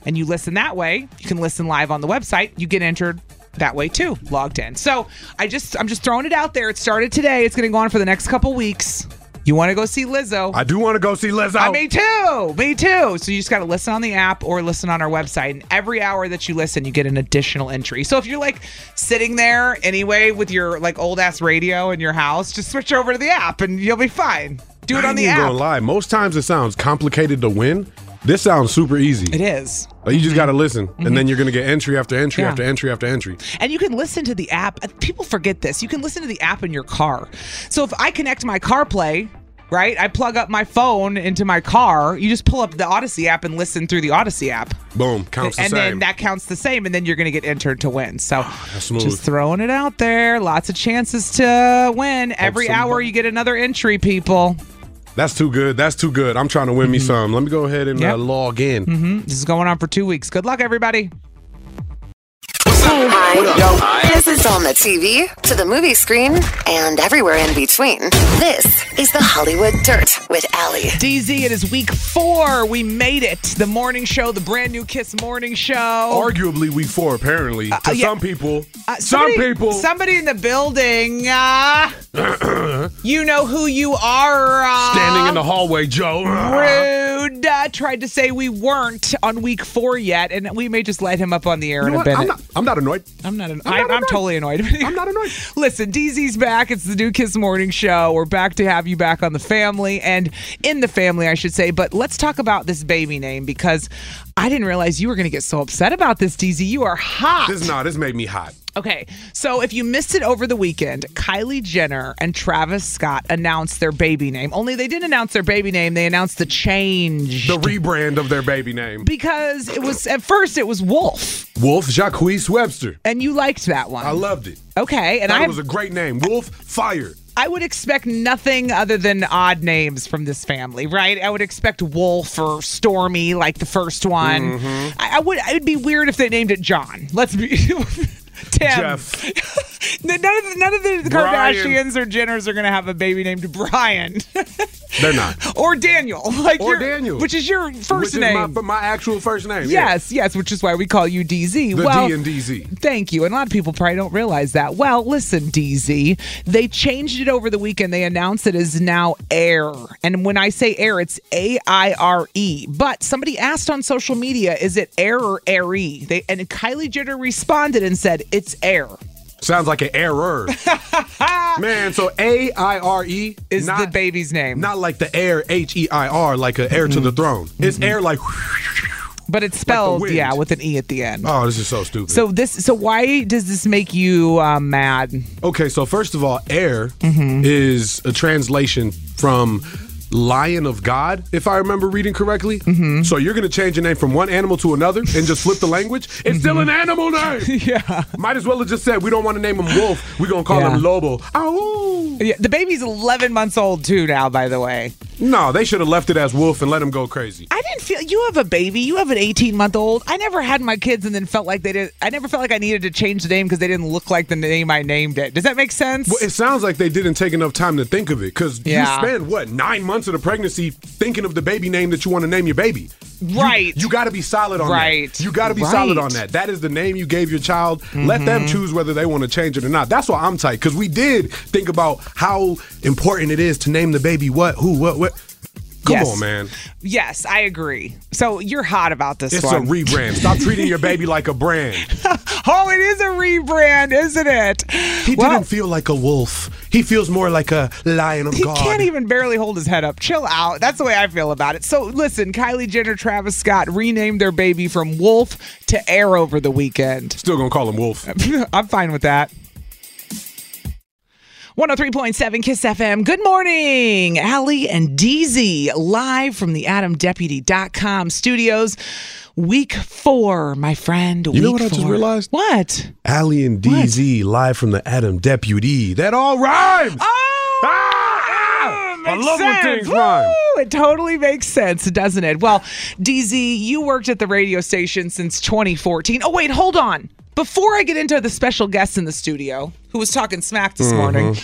[SPEAKER 3] and you listen that way, you can listen live on the website. You get entered that way too, logged in. So I just I'm just throwing it out there. It started today. It's gonna go on for the next couple weeks. You wanna go see Lizzo.
[SPEAKER 4] I do want to go see Lizzo.
[SPEAKER 3] I me too. Me too. So you just got to listen on the app or listen on our website. And every hour that you listen, you get an additional entry. So if you're like sitting there anyway with your like old ass radio in your house, just switch over to the app and you'll be fine. Do it
[SPEAKER 4] I
[SPEAKER 3] on
[SPEAKER 4] ain't
[SPEAKER 3] the
[SPEAKER 4] even
[SPEAKER 3] app.
[SPEAKER 4] gonna lie. Most times it sounds complicated to win. This sounds super easy.
[SPEAKER 3] It is. Mm-hmm.
[SPEAKER 4] Like, you just got to listen, and then you're going to get entry after entry
[SPEAKER 3] Yeah.
[SPEAKER 4] after entry after entry.
[SPEAKER 3] And you can listen to the app. People forget this. You can listen to the app in your car. So if I connect my CarPlay right? I plug up my phone into my car. You just pull up the Odyssey app and listen through the Odyssey app.
[SPEAKER 4] Boom, counts the
[SPEAKER 3] and
[SPEAKER 4] same.
[SPEAKER 3] then that counts the same, and then you're going to get entered to win. So
[SPEAKER 4] smooth.
[SPEAKER 3] just throwing it out there. Lots of chances to win. Every hour you get another entry, people.
[SPEAKER 4] That's too good. That's too good. I'm trying to win me some. Let me go ahead and uh, log in.
[SPEAKER 3] Mm-hmm. This is going on for two weeks. Good luck, everybody.
[SPEAKER 2] This is on the TV, to the movie screen, and everywhere in between. This is the Hollywood Dirt with Allie.
[SPEAKER 3] DZ, it is week four. We made it. The morning show, the brand new Kiss Morning Show.
[SPEAKER 4] Arguably week four, apparently. to
[SPEAKER 3] uh, yeah.
[SPEAKER 4] some people.
[SPEAKER 3] Uh,
[SPEAKER 4] some
[SPEAKER 3] somebody-
[SPEAKER 4] people.
[SPEAKER 3] Somebody in the building. Uh, you know who you are. Uh,
[SPEAKER 4] Standing in the hallway, Joe.
[SPEAKER 3] Rude. Uh, tried to say we weren't on week four yet, and we may just let him up on the air
[SPEAKER 4] You
[SPEAKER 3] in
[SPEAKER 4] know
[SPEAKER 3] a
[SPEAKER 4] what?
[SPEAKER 3] minute.
[SPEAKER 4] I'm not, I'm not annoyed.
[SPEAKER 3] I'm not, an, I'm, I'm totally annoyed. I'm
[SPEAKER 4] not annoyed.
[SPEAKER 3] Listen, DZ's back. It's the new Kiss Morning Show. We're back to have you back on the family and in the family, I should say. But let's talk about this baby name because I didn't realize you were going to get so upset about this, DZ. You are hot.
[SPEAKER 4] This, nah, this made me hot.
[SPEAKER 3] Okay, so if you missed it over the weekend, Kylie Jenner and Travis Scott announced their baby name. Only they didn't announce their baby name, they announced the change.
[SPEAKER 4] The rebrand of their baby name.
[SPEAKER 3] because it was, at first, it was Wolf,
[SPEAKER 4] Wolf Jacquees Webster.
[SPEAKER 3] and you liked that one.
[SPEAKER 4] I loved it.
[SPEAKER 3] Okay, and
[SPEAKER 4] Thought
[SPEAKER 3] I
[SPEAKER 4] it was a great name. Wolf Fire.
[SPEAKER 3] I would expect nothing other than odd names from this family, right? I would expect Wolf or Stormy, like the first one.
[SPEAKER 4] Mm-hmm.
[SPEAKER 3] I, I would. It would be weird if they named it John. Let's be. Tim.
[SPEAKER 4] Jeff.
[SPEAKER 3] N- None of the, none of the
[SPEAKER 4] Brian.
[SPEAKER 3] Kardashians or Jenners are going to have a baby named Brian
[SPEAKER 4] They're not.
[SPEAKER 3] or Daniel, like
[SPEAKER 4] or
[SPEAKER 3] your-
[SPEAKER 4] Daniel.
[SPEAKER 3] which is your
[SPEAKER 4] Which
[SPEAKER 3] first
[SPEAKER 4] is
[SPEAKER 3] name.
[SPEAKER 4] My, my actual first name. yeah.
[SPEAKER 3] Yes, yes, which is why we call you DZ.
[SPEAKER 4] The
[SPEAKER 3] well,
[SPEAKER 4] D and DZ.
[SPEAKER 3] Thank you. And a lot of people probably don't realize that. Well, listen, DZ, they changed it over the weekend. They announced it is now AIR. And when I say AIR, it's A I R E. But somebody asked on social media, is it AIR or AIRE? They, and Kylie Jenner responded and said, it's AIR.
[SPEAKER 4] Sounds like an error. Man, so A I R E
[SPEAKER 3] is the baby's name. Mm.
[SPEAKER 4] Not like the air, H E I R, like an heir to the throne. It's air like,
[SPEAKER 3] But it's spelled,
[SPEAKER 4] wind.
[SPEAKER 3] yeah, with an E at the end.
[SPEAKER 4] oh, this is so stupid.
[SPEAKER 3] So this, so why does this make you uh, mad?
[SPEAKER 4] Okay, so first of all, air
[SPEAKER 3] Mm-hmm.
[SPEAKER 4] is a translation from Lion of God, if I remember reading correctly.
[SPEAKER 3] Mm-hmm.
[SPEAKER 4] So you're going to change your name from one animal to another and just flip the language? It's still an animal name.
[SPEAKER 3] Mm-hmm. yeah.
[SPEAKER 4] Might as well have just said, we don't want to name him Wolf. We're going to call
[SPEAKER 3] Yeah.
[SPEAKER 4] him Lobo. Oh.
[SPEAKER 3] Yeah, the baby's 11 months old too now, by the way.
[SPEAKER 4] No, they should have left it as Wolf and let him go crazy.
[SPEAKER 3] I didn't feel you have a baby. You have an 18 month old. I never had my kids and then felt like they did. I never felt like I needed to change the name because they didn't look like the name I named it. Does that make sense?
[SPEAKER 4] Well, it sounds like they didn't take enough time to think of it because
[SPEAKER 3] Yeah.
[SPEAKER 4] you spend, what, nine months of the pregnancy thinking of the baby name that you want to name your baby.
[SPEAKER 3] right.
[SPEAKER 4] You got to be solid on
[SPEAKER 3] Right.
[SPEAKER 4] that. You got to be solid
[SPEAKER 3] Right. Mm-hmm.
[SPEAKER 4] on that. That is the name you gave your child. Let them choose whether they want to change it or not. That's why I'm tight because we did think about how important it is to name the baby what, who, what, what. Come
[SPEAKER 3] Yes.
[SPEAKER 4] on, man.
[SPEAKER 3] yes, I agree. So you're hot about this
[SPEAKER 4] It's a
[SPEAKER 3] one.
[SPEAKER 4] rebrand. Stop treating your baby like a brand.
[SPEAKER 3] oh, it is a rebrand, isn't it?
[SPEAKER 4] He didn't feel like a wolf. He feels more like a lion of
[SPEAKER 3] He
[SPEAKER 4] God.
[SPEAKER 3] can't even barely hold his head up. Chill out. That's the way I feel about it. So listen, Kylie Jenner, Travis Scott renamed their baby from Wolf to Air over the weekend.
[SPEAKER 4] Still gonna call him wolf.
[SPEAKER 3] I'm fine with that. 103.7 Kiss FM. Good morning, Allie and DZ, live from the AdamDeputy.com studios. Week four, my friend.
[SPEAKER 4] You know what
[SPEAKER 3] week
[SPEAKER 4] I just
[SPEAKER 3] four.
[SPEAKER 4] realized?
[SPEAKER 3] What?
[SPEAKER 4] Allie and DZ live from the Adam Deputy. That all rhymes.
[SPEAKER 3] Oh!
[SPEAKER 4] Ah! I
[SPEAKER 3] Makes
[SPEAKER 4] love when
[SPEAKER 3] sense.
[SPEAKER 4] things rhyme.
[SPEAKER 3] Woo! It totally makes sense, doesn't it? Well, DZ, you worked at the radio station since 2014. Oh, wait, hold on. Before I get into the special guest in the studio who was talking smack this
[SPEAKER 4] Mm-hmm.
[SPEAKER 3] morning,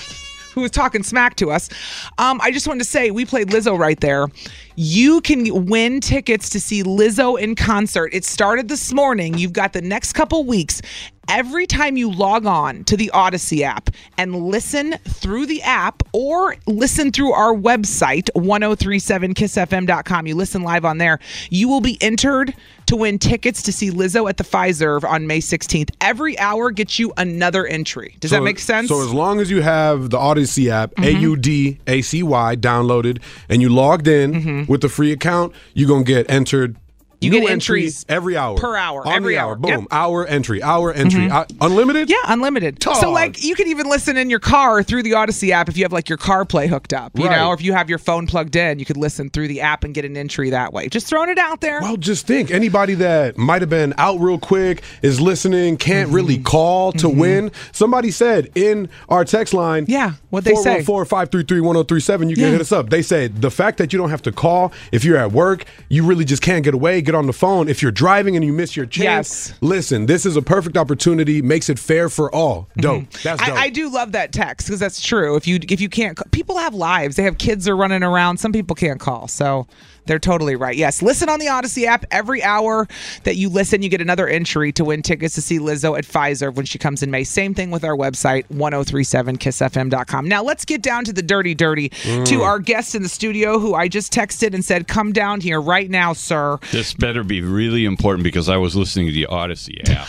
[SPEAKER 3] who was talking smack to us, um, I just wanted to say we played Lizzo right there. You can win tickets to see Lizzo in concert. It started this morning. You've got the next couple weeks. Every time you log on to the Odyssey app and listen through the app or listen through our website, 1037kissfm.com, you listen live on there, you will be entered to win tickets to see Lizzo at the Pfizer on May 16th. Every hour gets you another entry. Does that
[SPEAKER 4] So-
[SPEAKER 3] make sense? Mm-hmm.
[SPEAKER 4] So as long as you have the Odyssey app, A U D A C Y downloaded, and you logged in with the free account, you're gonna get entered
[SPEAKER 3] Mm-hmm. You
[SPEAKER 4] New
[SPEAKER 3] get
[SPEAKER 4] entry
[SPEAKER 3] entries
[SPEAKER 4] every hour
[SPEAKER 3] per hour,
[SPEAKER 4] on
[SPEAKER 3] every
[SPEAKER 4] the
[SPEAKER 3] hour.
[SPEAKER 4] Boom,
[SPEAKER 3] Yep. Mm-hmm.
[SPEAKER 4] hour entry, hour entry, Uh, unlimited.
[SPEAKER 3] Yeah, unlimited. So like you can even listen in your car through the Odyssey app if you have like your CarPlay hooked up, you
[SPEAKER 4] Right.
[SPEAKER 3] know, or if you have your phone plugged in, you could listen through the app and get an entry that way. Just throwing it out there.
[SPEAKER 4] Well, just think anybody that might have been out real quick is listening, can't
[SPEAKER 3] Mm-hmm.
[SPEAKER 4] really call to win. Somebody said in our text line, yeah,
[SPEAKER 3] what'd they say?
[SPEAKER 4] 414-533-1037, you can hit us up. They said the fact that you don't have to call if you're at work, you really just can't get away, get on the phone. If you're driving and you miss your chance, listen, this is a perfect opportunity, makes it fair for all. Dope. That's
[SPEAKER 11] Oh.
[SPEAKER 4] dope.
[SPEAKER 3] Mm-hmm. I, I do love that text because that's true. If you if you can't, ca- people have lives. They have kids are running around. Some people can't call, so they're totally right. Yes, listen on the Odyssey app. Every hour that you listen, you get another entry to win tickets to see Lizzo at Pfizer when she comes in May. Same thing with our website 1037kissfm.com. Now let's get down to the dirty, dirty to
[SPEAKER 11] Mm.
[SPEAKER 3] our guest in the studio who I just texted and said, "Come down here right now, sir."
[SPEAKER 11] This better be really important because I was listening to the Odyssey app.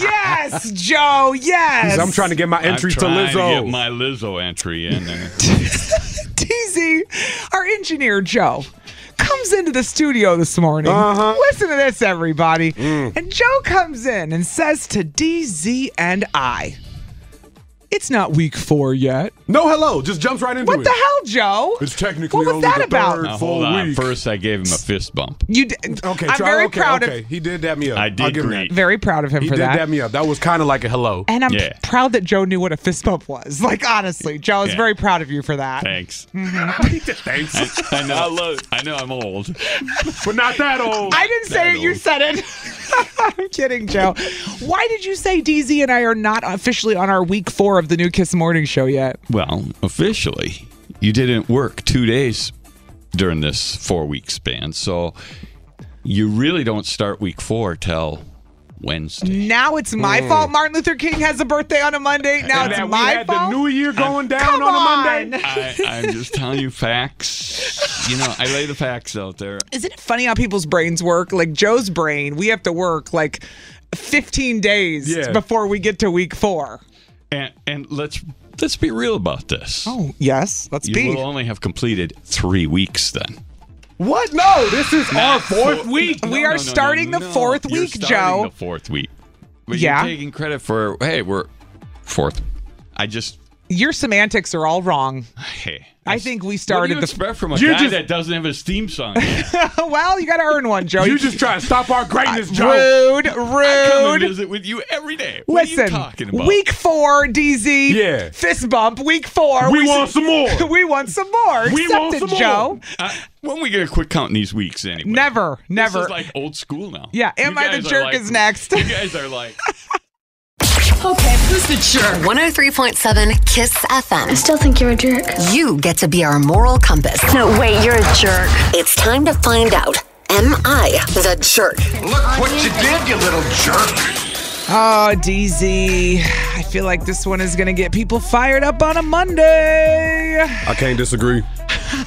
[SPEAKER 3] yes, Joe. Yes,
[SPEAKER 11] I'm trying get my Lizzo entry in there.
[SPEAKER 3] TZ, our engineer Joe, comes into the studio this morning.
[SPEAKER 4] Uh-huh.
[SPEAKER 3] Listen to this, everybody.
[SPEAKER 4] Mm.
[SPEAKER 3] And Joe comes in and says to DZ and I, It's not week four yet.
[SPEAKER 4] No, hello. Just jumps right into
[SPEAKER 3] what What the hell, Joe?
[SPEAKER 4] It's technically
[SPEAKER 3] What was
[SPEAKER 4] only
[SPEAKER 3] that
[SPEAKER 4] the
[SPEAKER 3] about?
[SPEAKER 4] third
[SPEAKER 11] Now,
[SPEAKER 4] full
[SPEAKER 11] hold on.
[SPEAKER 4] week.
[SPEAKER 11] First, I gave him a fist bump.
[SPEAKER 3] You did.
[SPEAKER 4] Okay,
[SPEAKER 3] I'm
[SPEAKER 4] try-
[SPEAKER 3] very
[SPEAKER 4] okay,
[SPEAKER 3] proud
[SPEAKER 4] okay.
[SPEAKER 3] of.
[SPEAKER 4] He did that me up. I
[SPEAKER 11] did great.
[SPEAKER 3] Very proud of him
[SPEAKER 4] He
[SPEAKER 3] for
[SPEAKER 4] did
[SPEAKER 3] that.
[SPEAKER 4] that me up. That was kind of like a hello.
[SPEAKER 3] And I'm
[SPEAKER 4] Yeah.
[SPEAKER 3] proud that Joe knew what a fist bump was. Like honestly, Joe is
[SPEAKER 11] Yeah.
[SPEAKER 3] very proud of you for that.
[SPEAKER 11] Thanks.
[SPEAKER 4] Thanks.
[SPEAKER 11] I, I know. I, love, I know I'm old.
[SPEAKER 4] But not that old.
[SPEAKER 3] I didn't say it. You said it. I'm kidding, Joe. Why did you say DZ and I are not officially on our week four of the new Kiss Morning Show yet?
[SPEAKER 11] Well, officially, you didn't work two days during this four week span. So you really don't start week four till Wednesday.
[SPEAKER 3] Now it's my
[SPEAKER 4] Hmm.
[SPEAKER 11] Mm.
[SPEAKER 3] fault. Martin Luther King has a birthday on a Monday. Now
[SPEAKER 11] And
[SPEAKER 3] it's
[SPEAKER 11] that we
[SPEAKER 3] my
[SPEAKER 11] had the
[SPEAKER 3] fault.
[SPEAKER 4] new year going down
[SPEAKER 3] Come
[SPEAKER 4] on a
[SPEAKER 3] on.
[SPEAKER 4] Monday.
[SPEAKER 11] I, I'm just telling you facts. You know, I lay the facts out there.
[SPEAKER 3] Isn't it funny how people's brains work? Like Joe's brain, we have to work like 15 days
[SPEAKER 11] Yeah.
[SPEAKER 3] before we get to week four.
[SPEAKER 11] And and let's let's be real about this.
[SPEAKER 3] Oh yes, let's
[SPEAKER 11] you
[SPEAKER 3] be.
[SPEAKER 11] will only have completed three weeks then.
[SPEAKER 3] What? No, this is
[SPEAKER 11] Not four- No,
[SPEAKER 3] we
[SPEAKER 11] no,
[SPEAKER 3] are
[SPEAKER 11] no, no,
[SPEAKER 3] starting the
[SPEAKER 11] no.
[SPEAKER 3] 4th
[SPEAKER 11] You're
[SPEAKER 3] week,
[SPEAKER 11] starting
[SPEAKER 3] Joe.
[SPEAKER 11] The fourth week. But
[SPEAKER 3] Yeah.
[SPEAKER 11] You're taking credit for hey, we're fourth. I just
[SPEAKER 3] Your semantics are all wrong.
[SPEAKER 11] hey.
[SPEAKER 3] I think we
[SPEAKER 11] what do
[SPEAKER 3] started
[SPEAKER 11] you
[SPEAKER 3] the
[SPEAKER 11] expect from a
[SPEAKER 3] You
[SPEAKER 11] guy
[SPEAKER 3] just-
[SPEAKER 11] that doesn't have his theme song?
[SPEAKER 3] well, you got to earn one, Joe.
[SPEAKER 11] You just try
[SPEAKER 4] to stop our greatness,
[SPEAKER 11] Joe.
[SPEAKER 3] Rude, rude.
[SPEAKER 11] I come and visit with you every day. What are you
[SPEAKER 3] Listen,
[SPEAKER 11] talking about?
[SPEAKER 3] week four, DZ. Yeah. Fist bump. Week four.
[SPEAKER 11] We want some more.
[SPEAKER 3] we want some more. Accept it, Joe.
[SPEAKER 11] I- Uh, when we gonna quit counting these weeks anyway?
[SPEAKER 3] Never, never.
[SPEAKER 11] This is like old school now.
[SPEAKER 3] Yeah, Am
[SPEAKER 11] You
[SPEAKER 3] I the
[SPEAKER 11] guys are
[SPEAKER 3] Jerk
[SPEAKER 11] like-
[SPEAKER 3] is next.
[SPEAKER 11] You guys are like
[SPEAKER 2] Okay, who's the jerk? 103.7 Kiss FM. I still think you're a jerk. You get to be our moral compass. No, wait, you're a jerk. It's time to find out. Am I the jerk?
[SPEAKER 12] Look what you did, you little jerk.
[SPEAKER 3] Oh, DZ. I feel like this one is going to get people fired up on a Monday.
[SPEAKER 4] I can't disagree.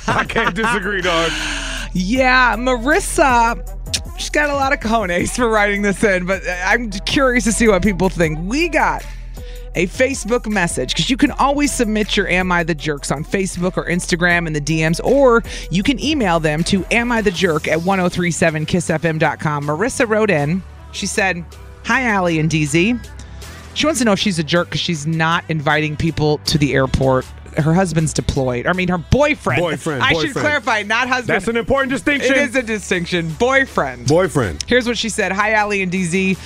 [SPEAKER 4] I can't disagree, dog.
[SPEAKER 3] Yeah, Marissa. She's got a lot of cones for writing this in, but I'm curious to see what people think. We got a Facebook message because you can always submit your Am I the Jerks on Facebook or Instagram in the DMs, or you can email them to am I the jerk at 1037kissfm.com. Marissa wrote in, she said, Hi, Allie and DZ. She wants to know if she's a jerk because she's not inviting people to the airport. Her husband's deployed. I mean, her boyfriend.
[SPEAKER 4] Boyfriend,
[SPEAKER 3] I should
[SPEAKER 4] boyfriend.
[SPEAKER 3] clarify, not husband.
[SPEAKER 4] That's an important distinction.
[SPEAKER 3] It is a distinction. Boyfriend.
[SPEAKER 4] Boyfriend.
[SPEAKER 3] Here's what she said Hi, Allie and DZ.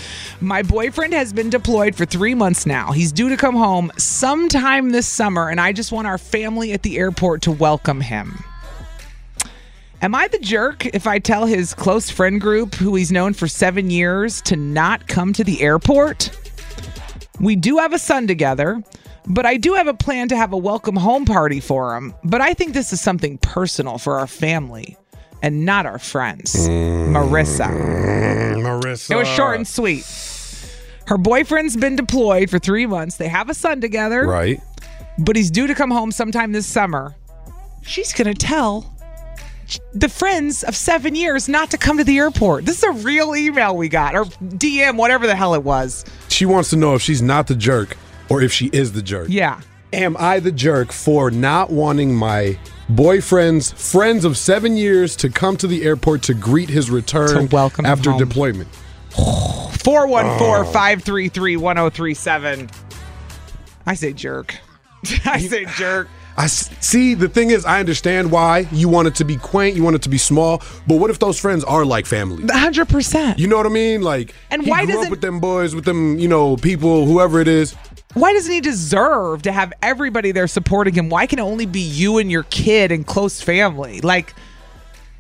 [SPEAKER 3] My boyfriend has been deployed for three months now. He's due to come home sometime this summer, and I just want our family at the airport to welcome him. Am I the jerk if I tell his close friend group, who he's known for seven years, to not come to the airport? We do have a son together, but I do have a plan to have a welcome home party for him. But I think this is something personal for our family and not our friends. Marissa.
[SPEAKER 4] Mm. Marissa.
[SPEAKER 3] Mm. It was short and sweet. Her boyfriend's been deployed for three months. They have a son together.
[SPEAKER 4] Right.
[SPEAKER 3] But he's due to come home sometime this summer. She's going to tell the friends of seven years not to come to the airport. This is a real email we got, or DM, whatever the hell it was.
[SPEAKER 4] She wants to know if she's not the jerk or if she is the jerk.
[SPEAKER 3] Yeah.
[SPEAKER 4] am I the jerk for not wanting my boyfriend's friends of seven years to come to the airport to greet his return
[SPEAKER 3] To welcome him
[SPEAKER 4] after
[SPEAKER 3] home.
[SPEAKER 4] deployment?
[SPEAKER 3] 414 533 1037. I say jerk. I say jerk.
[SPEAKER 4] I s- see. The thing is, I understand why you want it to be quaint, you want it to be small. But what if those friends are like family?
[SPEAKER 3] Hundred percent.
[SPEAKER 4] You know what I mean? Like,
[SPEAKER 3] And
[SPEAKER 4] he
[SPEAKER 3] why
[SPEAKER 4] grew up
[SPEAKER 3] doesn't-
[SPEAKER 4] with them boys, with them, you know, people, whoever it is.
[SPEAKER 3] Why doesn't he deserve to have everybody there supporting him? Why can it only be you and your kid and close family? Like,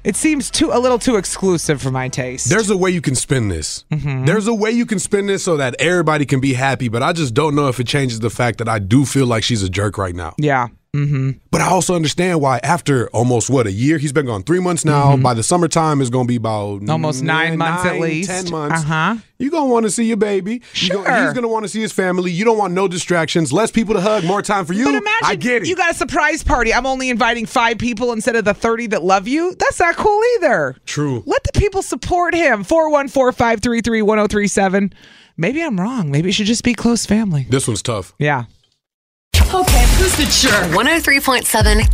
[SPEAKER 3] it seems too a little too exclusive for my taste. Mm-hmm.
[SPEAKER 4] There's a way you can spin this. There's a way you can spin this so that everybody can be happy. But I just don't know if it changes the fact that I do feel like she's a jerk right now.
[SPEAKER 3] Yeah. Mm-hmm.
[SPEAKER 4] But I also understand why after almost what a year he's been gone, three months now.
[SPEAKER 3] Mm-hmm.
[SPEAKER 4] By the summertime, it's gonna be about
[SPEAKER 3] Almost nine months at least.
[SPEAKER 4] ten months.
[SPEAKER 3] Uh-huh.
[SPEAKER 4] You're gonna want to see your baby. Sure. he's gonna want to see his family. You don't want no distractions. Less people to hug, more time for you.
[SPEAKER 3] But imagine
[SPEAKER 4] I get it.
[SPEAKER 3] you got a surprise party. I'm only inviting five people instead of the 30 that love you. That's not cool either.
[SPEAKER 4] True.
[SPEAKER 3] Let the people support him. 414 533 1037. Maybe I'm wrong. Maybe it should just be close family.
[SPEAKER 4] This one's tough.
[SPEAKER 3] Yeah.
[SPEAKER 2] Okay, who's the jerk? 103.7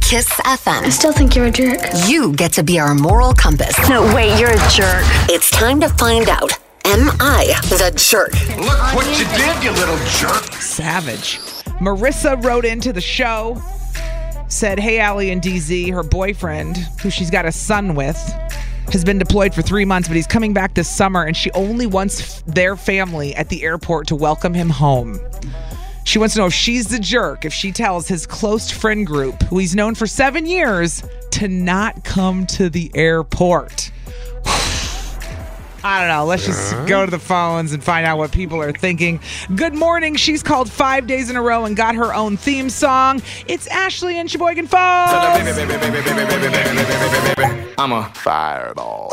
[SPEAKER 2] Kiss FM. I still think you're a jerk. You get to be our moral compass. No, wait, you're a jerk. It's time to find out. Am I the jerk?
[SPEAKER 12] Look what you did, you little jerk.
[SPEAKER 3] Savage. Marissa wrote into the show, said, Hey, Allie and DZ, her boyfriend, who she's got a son with, has been deployed for three months, but he's coming back this summer, and she only wants f- their family at the airport to welcome him home. She wants to know if she's the jerk if she tells his close friend group, who he's known for seven years, to not come to the airport. I don't know. Let's just go to the phones and find out what people are thinking. Good morning. She's called five days in a row and got her own theme song. It's Ashley and Sheboygan Falls.
[SPEAKER 12] I'm a fireball.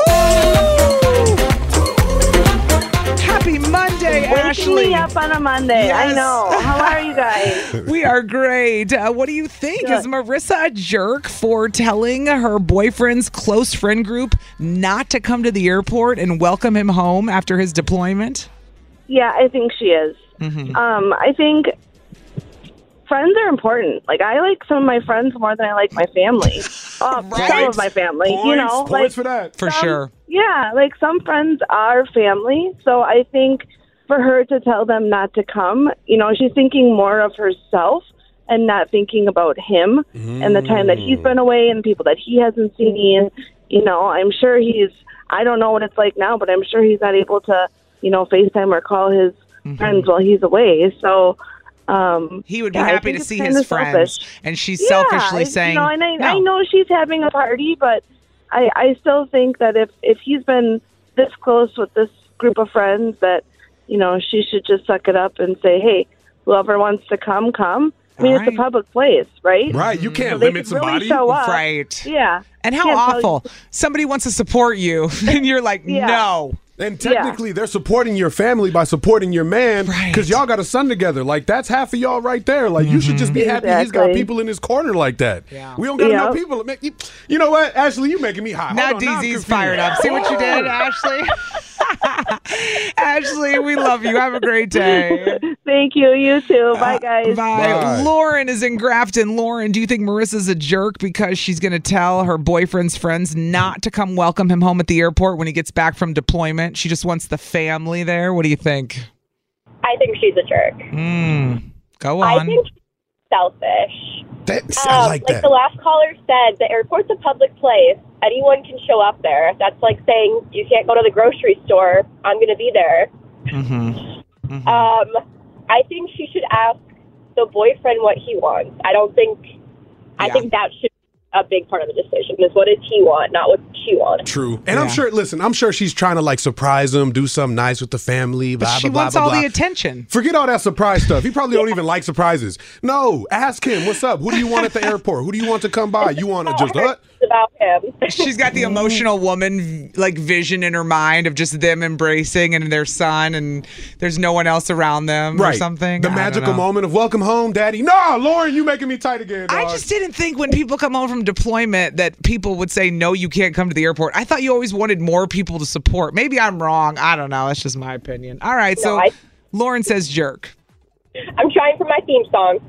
[SPEAKER 3] Happy Monday,
[SPEAKER 13] Waking
[SPEAKER 3] Ashley.
[SPEAKER 13] me up on a Monday. I
[SPEAKER 3] Yes.
[SPEAKER 13] know. How are you guys?
[SPEAKER 3] we are great. Uh, what do you think? Is Marissa a jerk for telling her boyfriend's close friend group not to come to the airport and welcome him home after his deployment?
[SPEAKER 13] Yeah, I think she is. Um, I think friends are important. Like I like some of my friends more than I like my family. Uh, Some of my family, you know,
[SPEAKER 4] Points,
[SPEAKER 13] like
[SPEAKER 4] points for that.
[SPEAKER 3] For sure.
[SPEAKER 13] yeah, like some friends are family. So I think for her to tell them not to come, you know, she's thinking more of herself and not thinking about him and the time that he's been away and people that he hasn't seen. And, you know, I'm sure he's, I don't know what it's like now, but I'm sure he's not able to, you know, FaceTime or call his friends while he's away. So, um,
[SPEAKER 3] Mm-hmm. He would be
[SPEAKER 13] yeah, I
[SPEAKER 3] happy
[SPEAKER 13] think
[SPEAKER 3] to
[SPEAKER 13] it's
[SPEAKER 3] see
[SPEAKER 13] kinda
[SPEAKER 3] his friends.
[SPEAKER 13] selfish.
[SPEAKER 3] And she's
[SPEAKER 13] Yeah,
[SPEAKER 3] selfishly
[SPEAKER 13] I-
[SPEAKER 3] saying,
[SPEAKER 13] you know, and I,
[SPEAKER 3] "No."
[SPEAKER 13] I know she's having a party, but I, I still think that if, if he's been this close with this group of friends, that, you know, she should just suck it up and say, hey, whoever wants to come, come. I mean, it's a public place, right?
[SPEAKER 4] Right, you can't
[SPEAKER 13] So they
[SPEAKER 4] limit
[SPEAKER 13] could
[SPEAKER 4] somebody.
[SPEAKER 13] really show up.
[SPEAKER 3] Right.
[SPEAKER 13] Yeah.
[SPEAKER 3] And how
[SPEAKER 13] Can't tell-
[SPEAKER 3] awful. Somebody wants to support you, and you're like, no.
[SPEAKER 4] And technically, they're supporting your family by supporting your man because y'all got a son together. Like that's half of y'all right there. Like you should just be happy he's got
[SPEAKER 13] Exactly.
[SPEAKER 4] people in his corner like that. We don't got enough
[SPEAKER 13] Yep.
[SPEAKER 4] people. to make- You, you know what, Ashley, you making me hot.
[SPEAKER 3] Now
[SPEAKER 4] Hold on, I'm
[SPEAKER 3] DZ's
[SPEAKER 4] confused.
[SPEAKER 3] fired up. See what you did, Ashley? Ashley, we love you. Have a great day.
[SPEAKER 13] Thank you. You too. Bye, guys.
[SPEAKER 3] Uh, Bye. Lauren is in Grafton. Lauren, do you think Marissa's a jerk because she's going to tell her boyfriend's friends not to come welcome him home at the airport when he gets back from deployment? She just wants the family there. What do you think?
[SPEAKER 14] I think she's a jerk.
[SPEAKER 3] Mm, go on.
[SPEAKER 14] I think she's selfish.
[SPEAKER 4] That,
[SPEAKER 14] Um, the last caller said, the airport's a public place. Anyone can show up there. That's like saying you can't go to the grocery store. I'm going to be there. Um, I think she should ask the boyfriend what he wants. I don't think. I think that should be a big part of the decision is what does he want, not what she wants.
[SPEAKER 4] True. And I'm sure. Listen, I'm sure she's trying to like surprise him, do something nice with the family.
[SPEAKER 3] but
[SPEAKER 4] blah,
[SPEAKER 3] she
[SPEAKER 4] blah,
[SPEAKER 3] wants
[SPEAKER 4] blah,
[SPEAKER 3] all
[SPEAKER 4] blah,
[SPEAKER 3] the
[SPEAKER 4] blah.
[SPEAKER 3] attention.
[SPEAKER 4] Forget all that surprise stuff. He probably don't even like surprises. No, ask him. What's up? Who do you want at the airport? Who do you want to come by? You want to just what?
[SPEAKER 14] about him.
[SPEAKER 3] She's got the emotional woman like vision in her mind of just them embracing and their son, and there's no one else around them or
[SPEAKER 4] Right.
[SPEAKER 3] something.
[SPEAKER 4] The
[SPEAKER 3] I don't
[SPEAKER 4] magical
[SPEAKER 3] know.
[SPEAKER 4] moment of welcome home, daddy. No, Lauren, you making me tight again.
[SPEAKER 3] I
[SPEAKER 4] dog.
[SPEAKER 3] just didn't think when people come home from deployment that people would say no, you can't come to the airport. I thought you always wanted more people to support. Maybe I'm wrong. I don't know. That's just my opinion. All right, so Lauren says jerk.
[SPEAKER 14] I'm trying for my theme song.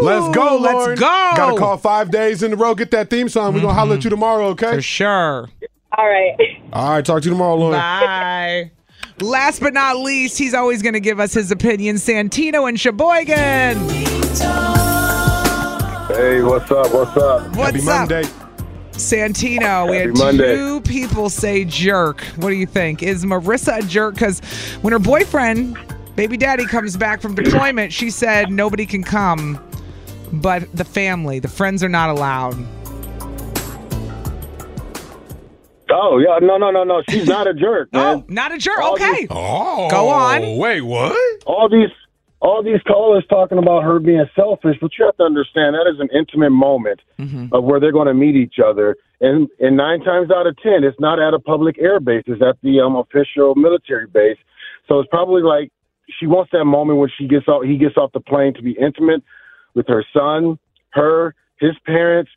[SPEAKER 4] Let's go,
[SPEAKER 14] let's
[SPEAKER 4] Lauren.
[SPEAKER 14] go.
[SPEAKER 4] Got to call five days in a row. Get that theme song. We're gonna holler at you tomorrow, okay? For
[SPEAKER 3] Mm-hmm. sure.
[SPEAKER 14] All right.
[SPEAKER 4] All right. Talk to you tomorrow, Lauren.
[SPEAKER 3] Bye. Last but not least, he's always going to give us his opinion. Santino and Sheboygan.
[SPEAKER 15] Hey, what's up? What's up?
[SPEAKER 3] What's up? Santino, we
[SPEAKER 15] Happy
[SPEAKER 3] had
[SPEAKER 15] Monday.
[SPEAKER 3] two people say jerk. What do you think? Is Marissa a jerk? Because when her boyfriend, baby daddy, comes back from deployment, she said nobody can come but the family. The friends are not allowed.
[SPEAKER 15] Oh yeah, no, no, no, no. She's not a jerk, man.
[SPEAKER 3] Oh, Not a jerk. Okay.
[SPEAKER 4] Oh,
[SPEAKER 3] Go on.
[SPEAKER 4] Wait, what?
[SPEAKER 15] All these, all these callers talking about her being selfish, but you have to understand that is an intimate moment
[SPEAKER 3] Mm-hmm.
[SPEAKER 15] of where they're going to meet each other, and and nine times out of ten, it's not at a public air base; it's at the um, official military base. So it's probably like she wants that moment when she gets off, he gets off the plane to be intimate with her son, her, his parents,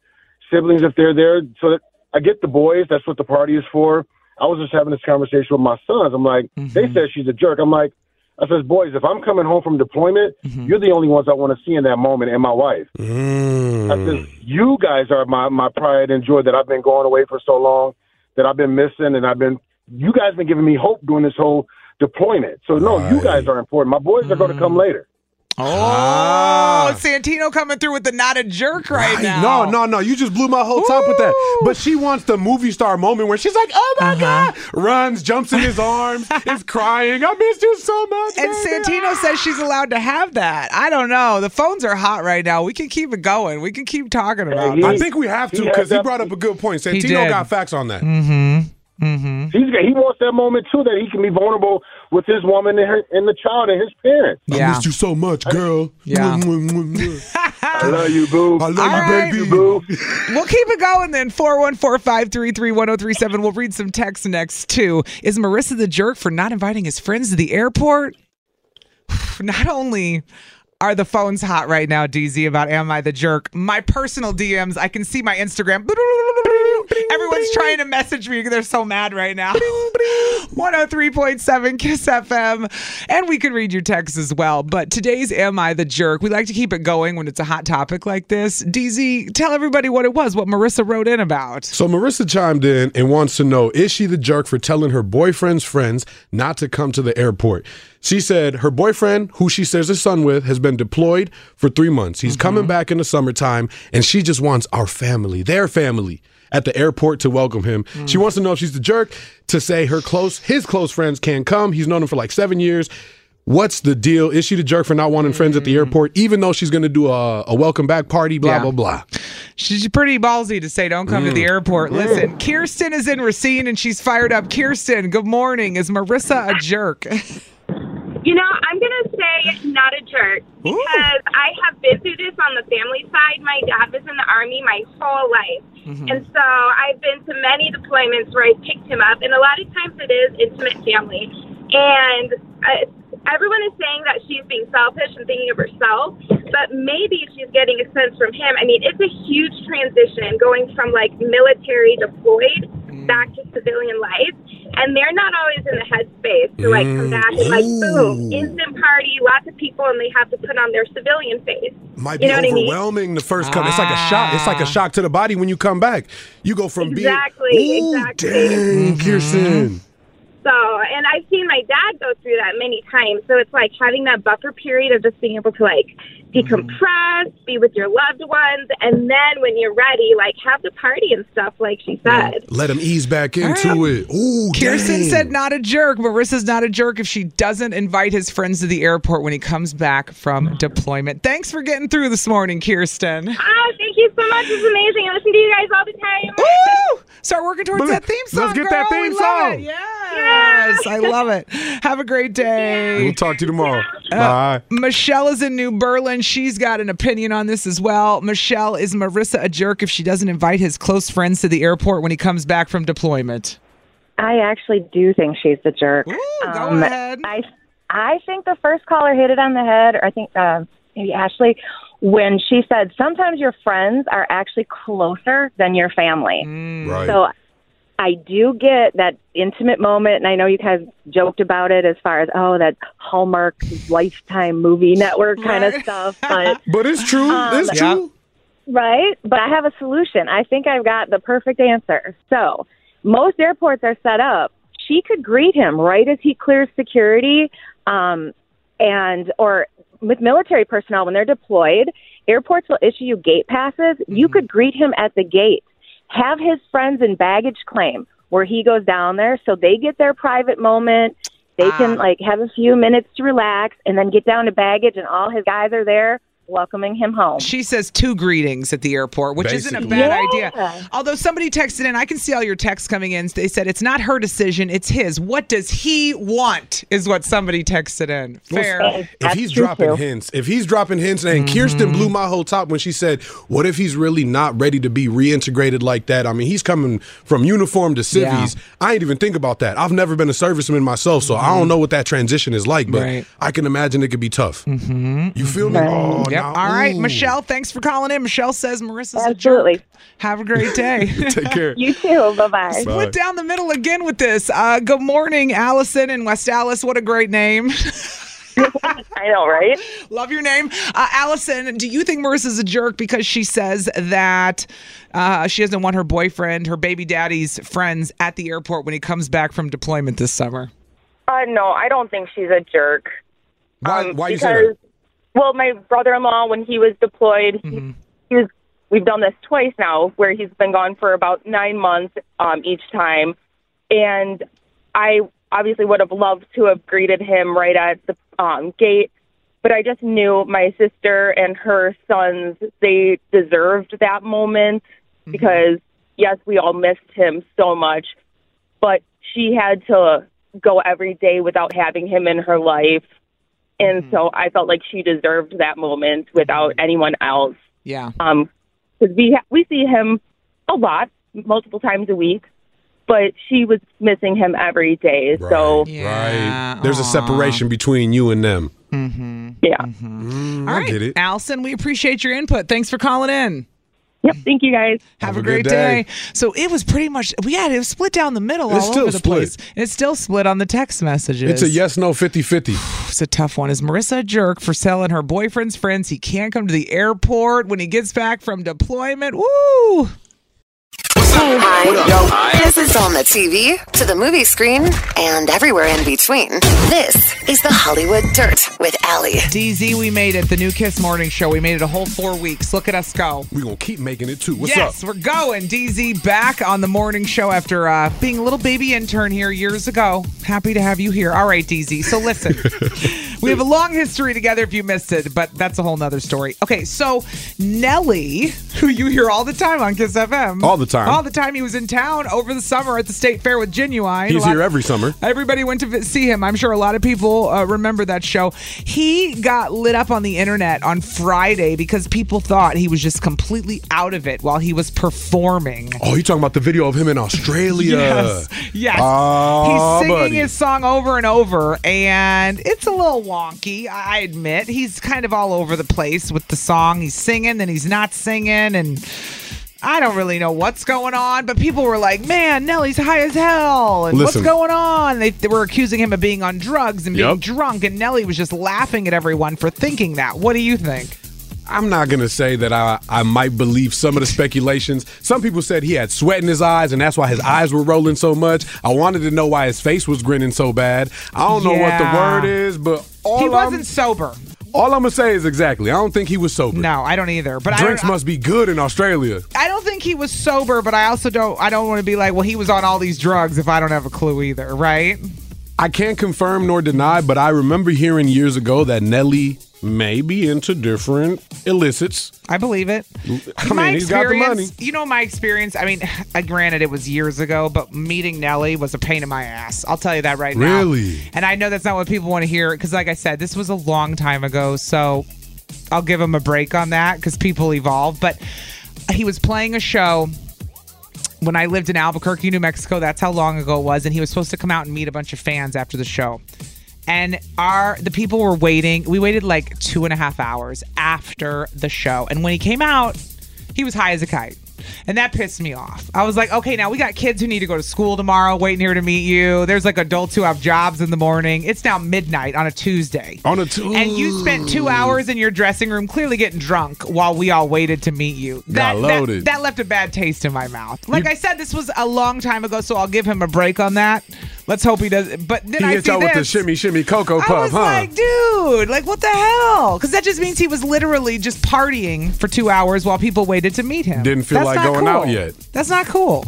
[SPEAKER 15] siblings if they're there. So that, I get the boys. That's what the party is for. I was just having this conversation with my sons. I'm like, they said she's a jerk. I'm like, I says, boys, if I'm coming home from deployment, you're the only ones I want to see in that moment, and my wife. I says, you guys are my my pride and joy that I've been going away for so long, that I've been missing, and I've been. You guys been giving me hope during this whole deployment. So no, you guys are important. My boys are going to come later.
[SPEAKER 3] Oh, Santino coming through with the not a jerk right,
[SPEAKER 4] Hey,
[SPEAKER 3] now.
[SPEAKER 4] Ah. No, no, no. You just blew my whole top with that. But she wants the movie star moment where she's like, oh
[SPEAKER 3] Uh-huh.
[SPEAKER 4] my God, runs, jumps in his arms, is crying. I missed you so much.
[SPEAKER 3] And Santino says she's allowed to have that. I don't know. The phones are hot right now. We can keep it going. We can keep talking about it.
[SPEAKER 4] I think we have to because he brought up a good point.
[SPEAKER 3] He
[SPEAKER 4] Santino
[SPEAKER 3] did.
[SPEAKER 4] got facts on that.
[SPEAKER 3] Mm-hmm. Mm-hmm.
[SPEAKER 15] He's he wants that moment too that he can be vulnerable with his woman and, her, and the child and his parents.
[SPEAKER 4] I missed you so much, girl.
[SPEAKER 15] Yeah. I love you, boo. I love
[SPEAKER 3] All right.
[SPEAKER 15] you, boo.
[SPEAKER 3] We'll keep it going then. 414 533 1037. We'll read some texts next, too. Is Marissa the jerk for not inviting his friends to the airport? not only are the phones hot right now, DZ, about Am I the Jerk, my personal DMs, I can see my Instagram. Everyone's trying to message me. They're so mad right now. 103.7 Kiss FM. And we can read your texts as well. But today's Am I the Jerk? We like to keep it going when it's a hot topic like this. DZ, tell everybody what it was, what Marissa wrote in about.
[SPEAKER 4] So Marissa chimed in and wants to know is she the jerk for telling her boyfriend's friends not to come to the airport? She said her boyfriend, who she shares her son with, has been deployed for three months. He's coming back in the summertime, and she just wants our family, their family, at the airport to welcome him. She wants to know if she's the jerk to say her close, his close friends can't come. He's known them for like seven years. What's the deal? Is she the jerk for not wanting friends at the airport, even though she's going to do a, a welcome back party? Blah
[SPEAKER 3] Yeah.
[SPEAKER 4] blah blah.
[SPEAKER 3] She's pretty ballsy to say, don't come to the
[SPEAKER 4] Mm.
[SPEAKER 3] airport. Listen, Kirsten is in Racine and she's fired up. Kirsten, good morning. Is Marissa a jerk?
[SPEAKER 16] You know, I'm going to say not a jerk because I have been through this on the family side. My dad was in the Army my whole life. And so I've been to many deployments where I picked him up, and a lot of times it is intimate family. And uh, everyone is saying that she's being selfish and thinking of herself, but maybe she's getting a sense from him. I mean, it's a huge transition going from like military deployed back to civilian life, and they're not always in the headspace to like come back and like
[SPEAKER 3] Mm.
[SPEAKER 16] boom, instant party, lots of people, and they have to put on their civilian face.
[SPEAKER 4] might be
[SPEAKER 16] You know what I mean? Ah.
[SPEAKER 4] overwhelming the first couple. It's like a shock. It's like a shock to the body when you come back. You go from
[SPEAKER 16] Exactly,
[SPEAKER 4] being Ooh,
[SPEAKER 16] exactly.
[SPEAKER 4] dang, Kirsten.
[SPEAKER 16] So, and I've seen my dad go through that many times. So it's like having that buffer period of just being able to like decompress, be with your loved ones, and then when you're ready, like have the party and stuff, like she said.
[SPEAKER 4] Let him ease back into it. Ooh,
[SPEAKER 3] Kirsten
[SPEAKER 4] dang.
[SPEAKER 3] said not a jerk. Marissa's not a jerk if she doesn't invite his friends to the airport when he comes back from deployment. Thanks for getting through this morning, Kirsten.
[SPEAKER 16] Ah, thank you so much. It's amazing. I listen to you guys all the time.
[SPEAKER 3] Woo! Start working towards that theme song.
[SPEAKER 16] Let's get that
[SPEAKER 3] girl. We
[SPEAKER 16] theme
[SPEAKER 3] love
[SPEAKER 16] song.
[SPEAKER 3] it. Yes, I love it. Have a great day.
[SPEAKER 4] We'll talk to you tomorrow.
[SPEAKER 3] Uh,
[SPEAKER 4] Bye.
[SPEAKER 3] Michelle is in New Berlin. She's got an opinion on this as well. Michelle, is Marissa a jerk if she doesn't invite his close friends to the airport when he comes back from deployment?
[SPEAKER 17] I actually do think she's the jerk. Um,
[SPEAKER 3] go ahead.
[SPEAKER 17] I I think the first caller hit it on the head, or I think uh, maybe Ashley, when she
[SPEAKER 3] Mm.
[SPEAKER 17] said sometimes your friends are actually closer than your family.
[SPEAKER 4] Right.
[SPEAKER 17] So I do get that intimate moment, and I know you guys joked about it as far as oh that Hallmark Lifetime movie network kind of stuff, but Um,
[SPEAKER 4] but it's true. it's true.
[SPEAKER 17] Right? But I have a solution. I think I've got the perfect answer. So, most airports are set up. She could greet him right as he clears security um, and or with military personnel when they're deployed, airports will issue you gate passes. You could greet him at the gate. Have his friends in baggage claim where he goes down there so they get their private moment. They can like have a few minutes to relax and then get down to baggage and all his guys are there welcoming him home.
[SPEAKER 3] She says two greetings at the airport, which isn't a
[SPEAKER 17] Basically.
[SPEAKER 3] bad
[SPEAKER 17] Yeah.
[SPEAKER 3] idea. Although somebody texted in, I can see all your texts coming in. They said it's not her decision, it's his. What does he want? Is what somebody texted in.
[SPEAKER 4] Well,
[SPEAKER 3] Fair.
[SPEAKER 16] Oh,
[SPEAKER 4] If he's dropping hints, if he's dropping hints, and Kirsten blew my whole top when she said, "What if he's really not ready to be reintegrated like that?" I mean, he's coming from uniform to civvies. I ain't even think about that. I've never been a serviceman myself, so I don't know what that transition is like. But
[SPEAKER 3] Right. Mm-hmm.
[SPEAKER 4] I can imagine it could be tough. You feel me? Oh,
[SPEAKER 3] Yep.
[SPEAKER 4] now-
[SPEAKER 3] All right,
[SPEAKER 4] ooh.
[SPEAKER 3] Michelle, thanks for calling in. Michelle says Marissa's Absolutely. a jerk. Have a great day.
[SPEAKER 4] Take care.
[SPEAKER 17] You too. Bye-bye.
[SPEAKER 3] Split down the middle again with this. Uh, good morning, Allison in West Allis. What a great name. I know, right? Love your name. Uh, Allison, do you think Marissa's a jerk because she says that uh, she doesn't want her boyfriend, her baby daddy's friends at the airport when he comes back from deployment this summer?
[SPEAKER 18] Uh, no, I don't think she's a jerk. Um,
[SPEAKER 4] Why? why you say
[SPEAKER 18] because,
[SPEAKER 4] that?
[SPEAKER 18] well, my brother-in-law, when he was deployed,
[SPEAKER 4] Mm-hmm.
[SPEAKER 18] he was. We've done this twice now, where he's been gone for about nine months um, each time, and I obviously would have loved to have greeted him right at the um, gate, but I just knew my sister and her sons they deserved that moment
[SPEAKER 4] Mm-hmm.
[SPEAKER 18] because yes, we all missed him so much, but she had to go every day without having him in her life. And so I felt like she deserved that moment without anyone else.
[SPEAKER 3] Yeah.
[SPEAKER 18] Um, because we ha- we see him a lot, multiple times a week, but she was missing him every day. So
[SPEAKER 4] right. There's a separation between you and them.
[SPEAKER 18] yeah.
[SPEAKER 4] Mm,
[SPEAKER 3] All
[SPEAKER 4] I
[SPEAKER 3] right.
[SPEAKER 4] get it.
[SPEAKER 3] Allison, we appreciate your input. Thanks for calling in.
[SPEAKER 18] Yep. Thank you guys.
[SPEAKER 3] Have,
[SPEAKER 4] Have
[SPEAKER 3] a,
[SPEAKER 4] a
[SPEAKER 3] great
[SPEAKER 4] good
[SPEAKER 3] day.
[SPEAKER 4] day.
[SPEAKER 3] So it was pretty much, we had it split down the middle
[SPEAKER 4] It's
[SPEAKER 3] all
[SPEAKER 4] still
[SPEAKER 3] over the
[SPEAKER 4] split.
[SPEAKER 3] place. It's still split on the text messages.
[SPEAKER 4] It's a yes no 50 50.
[SPEAKER 3] It's a tough one. Is Marissa a jerk for selling her boyfriend's friends he can't come to the airport when he gets back from deployment? Woo!
[SPEAKER 2] This is on the TV, to the movie screen, and everywhere in between. This is the Hollywood Dirt with Allie.
[SPEAKER 3] DZ, we made it. The new Kiss Morning Show. We made it a whole four weeks. Look at us go.
[SPEAKER 4] We're going to keep making it too. What's
[SPEAKER 3] yes,
[SPEAKER 4] up?
[SPEAKER 3] we're going. DZ back on the morning show after uh, being a little baby intern here years ago. Happy to have you here. All right, DZ. So listen, we have a long history together if you missed it, but that's a whole nother story. Okay, so Nelly, who you hear all the time on Kiss FM.
[SPEAKER 4] All the time.
[SPEAKER 3] All the time. He was in town over the summer at the State Fair with Genuine.
[SPEAKER 4] He's
[SPEAKER 3] A lot-
[SPEAKER 4] here every summer.
[SPEAKER 3] Everybody went to vi- see him. I'm sure a lot of people uh, remember that show. He got lit up on the internet on Friday because people thought he was just completely out of it while he was performing.
[SPEAKER 4] Oh, you talking about the video of him in Australia?
[SPEAKER 3] Yes. Yes.
[SPEAKER 4] Ah,
[SPEAKER 3] he's singing
[SPEAKER 4] buddy.
[SPEAKER 3] his song over and over, and it's a little wonky, I I admit. He's kind of all over the place with the song. He's singing, then he's not singing, and I don't really know what's going on, but people were like, man, Nelly's high as hell, and
[SPEAKER 4] Listen.
[SPEAKER 3] what's going on? They, they were accusing him of being on drugs and being
[SPEAKER 4] Yep.
[SPEAKER 3] drunk, and Nelly was just laughing at everyone for thinking that. What do you think?
[SPEAKER 4] I'm not gonna say that I, I might believe some of the speculations. Some people said he had sweat in his eyes and that's why his eyes were rolling so much. I wanted to know why his face was grinning so bad. I don't know
[SPEAKER 3] Yeah.
[SPEAKER 4] what the word is, but all
[SPEAKER 3] he wasn't
[SPEAKER 4] I'm,
[SPEAKER 3] sober.
[SPEAKER 4] all I'm gonna say is exactly. I don't think he was sober.
[SPEAKER 3] No, I don't either. But I
[SPEAKER 4] drinks
[SPEAKER 3] don't-
[SPEAKER 4] must be good in Australia.
[SPEAKER 3] I don't think he was sober, but I also don't. I don't want to be like, well, he was on all these drugs if I don't have a clue either, right?
[SPEAKER 4] I can't confirm nor deny, but I remember hearing years ago that Nelly may be into different illicits.
[SPEAKER 3] I believe it.
[SPEAKER 4] I mean, he's got the money.
[SPEAKER 3] You know my experience. I mean, I, granted, it was years ago, but meeting Nelly was a pain in my ass. I'll tell you that right now.
[SPEAKER 4] Really?
[SPEAKER 3] And I know that's not what people want to hear because, like I said, this was a long time ago. So I'll give him a break on that because people evolve. But he was playing a show when I lived in Albuquerque, New Mexico. That's how long ago it was. And he was supposed to come out and meet a bunch of fans after the show. And our the people were waiting. We waited like two and a half hours after the show. And when he came out, he was high as a kite. And that pissed me off. I was like, okay, now we got kids who need to go to school tomorrow waiting here to meet you. There's like adults who have jobs in the morning. It's now midnight on a Tuesday.
[SPEAKER 4] On a Tuesday.
[SPEAKER 3] And you spent two hours in your dressing room clearly getting drunk while we all waited to meet you.
[SPEAKER 4] Got
[SPEAKER 3] that-
[SPEAKER 4] loaded.
[SPEAKER 3] That, left a bad taste in my mouth. Like I said, this was a long time ago, so I'll give him a break on that. Let's hope he does. But then
[SPEAKER 4] he
[SPEAKER 3] I
[SPEAKER 4] hit
[SPEAKER 3] see
[SPEAKER 4] y'all with the
[SPEAKER 3] this.
[SPEAKER 4] shimmy shimmy cocoa
[SPEAKER 3] I
[SPEAKER 4] puff,
[SPEAKER 3] was
[SPEAKER 4] huh?
[SPEAKER 3] like, dude, like what the hell? Because that just means he was literally just partying for two hours while people waited to meet him.
[SPEAKER 4] Didn't feel
[SPEAKER 3] That's
[SPEAKER 4] like
[SPEAKER 3] not
[SPEAKER 4] going out
[SPEAKER 3] cool.
[SPEAKER 4] yet.
[SPEAKER 3] That's not cool.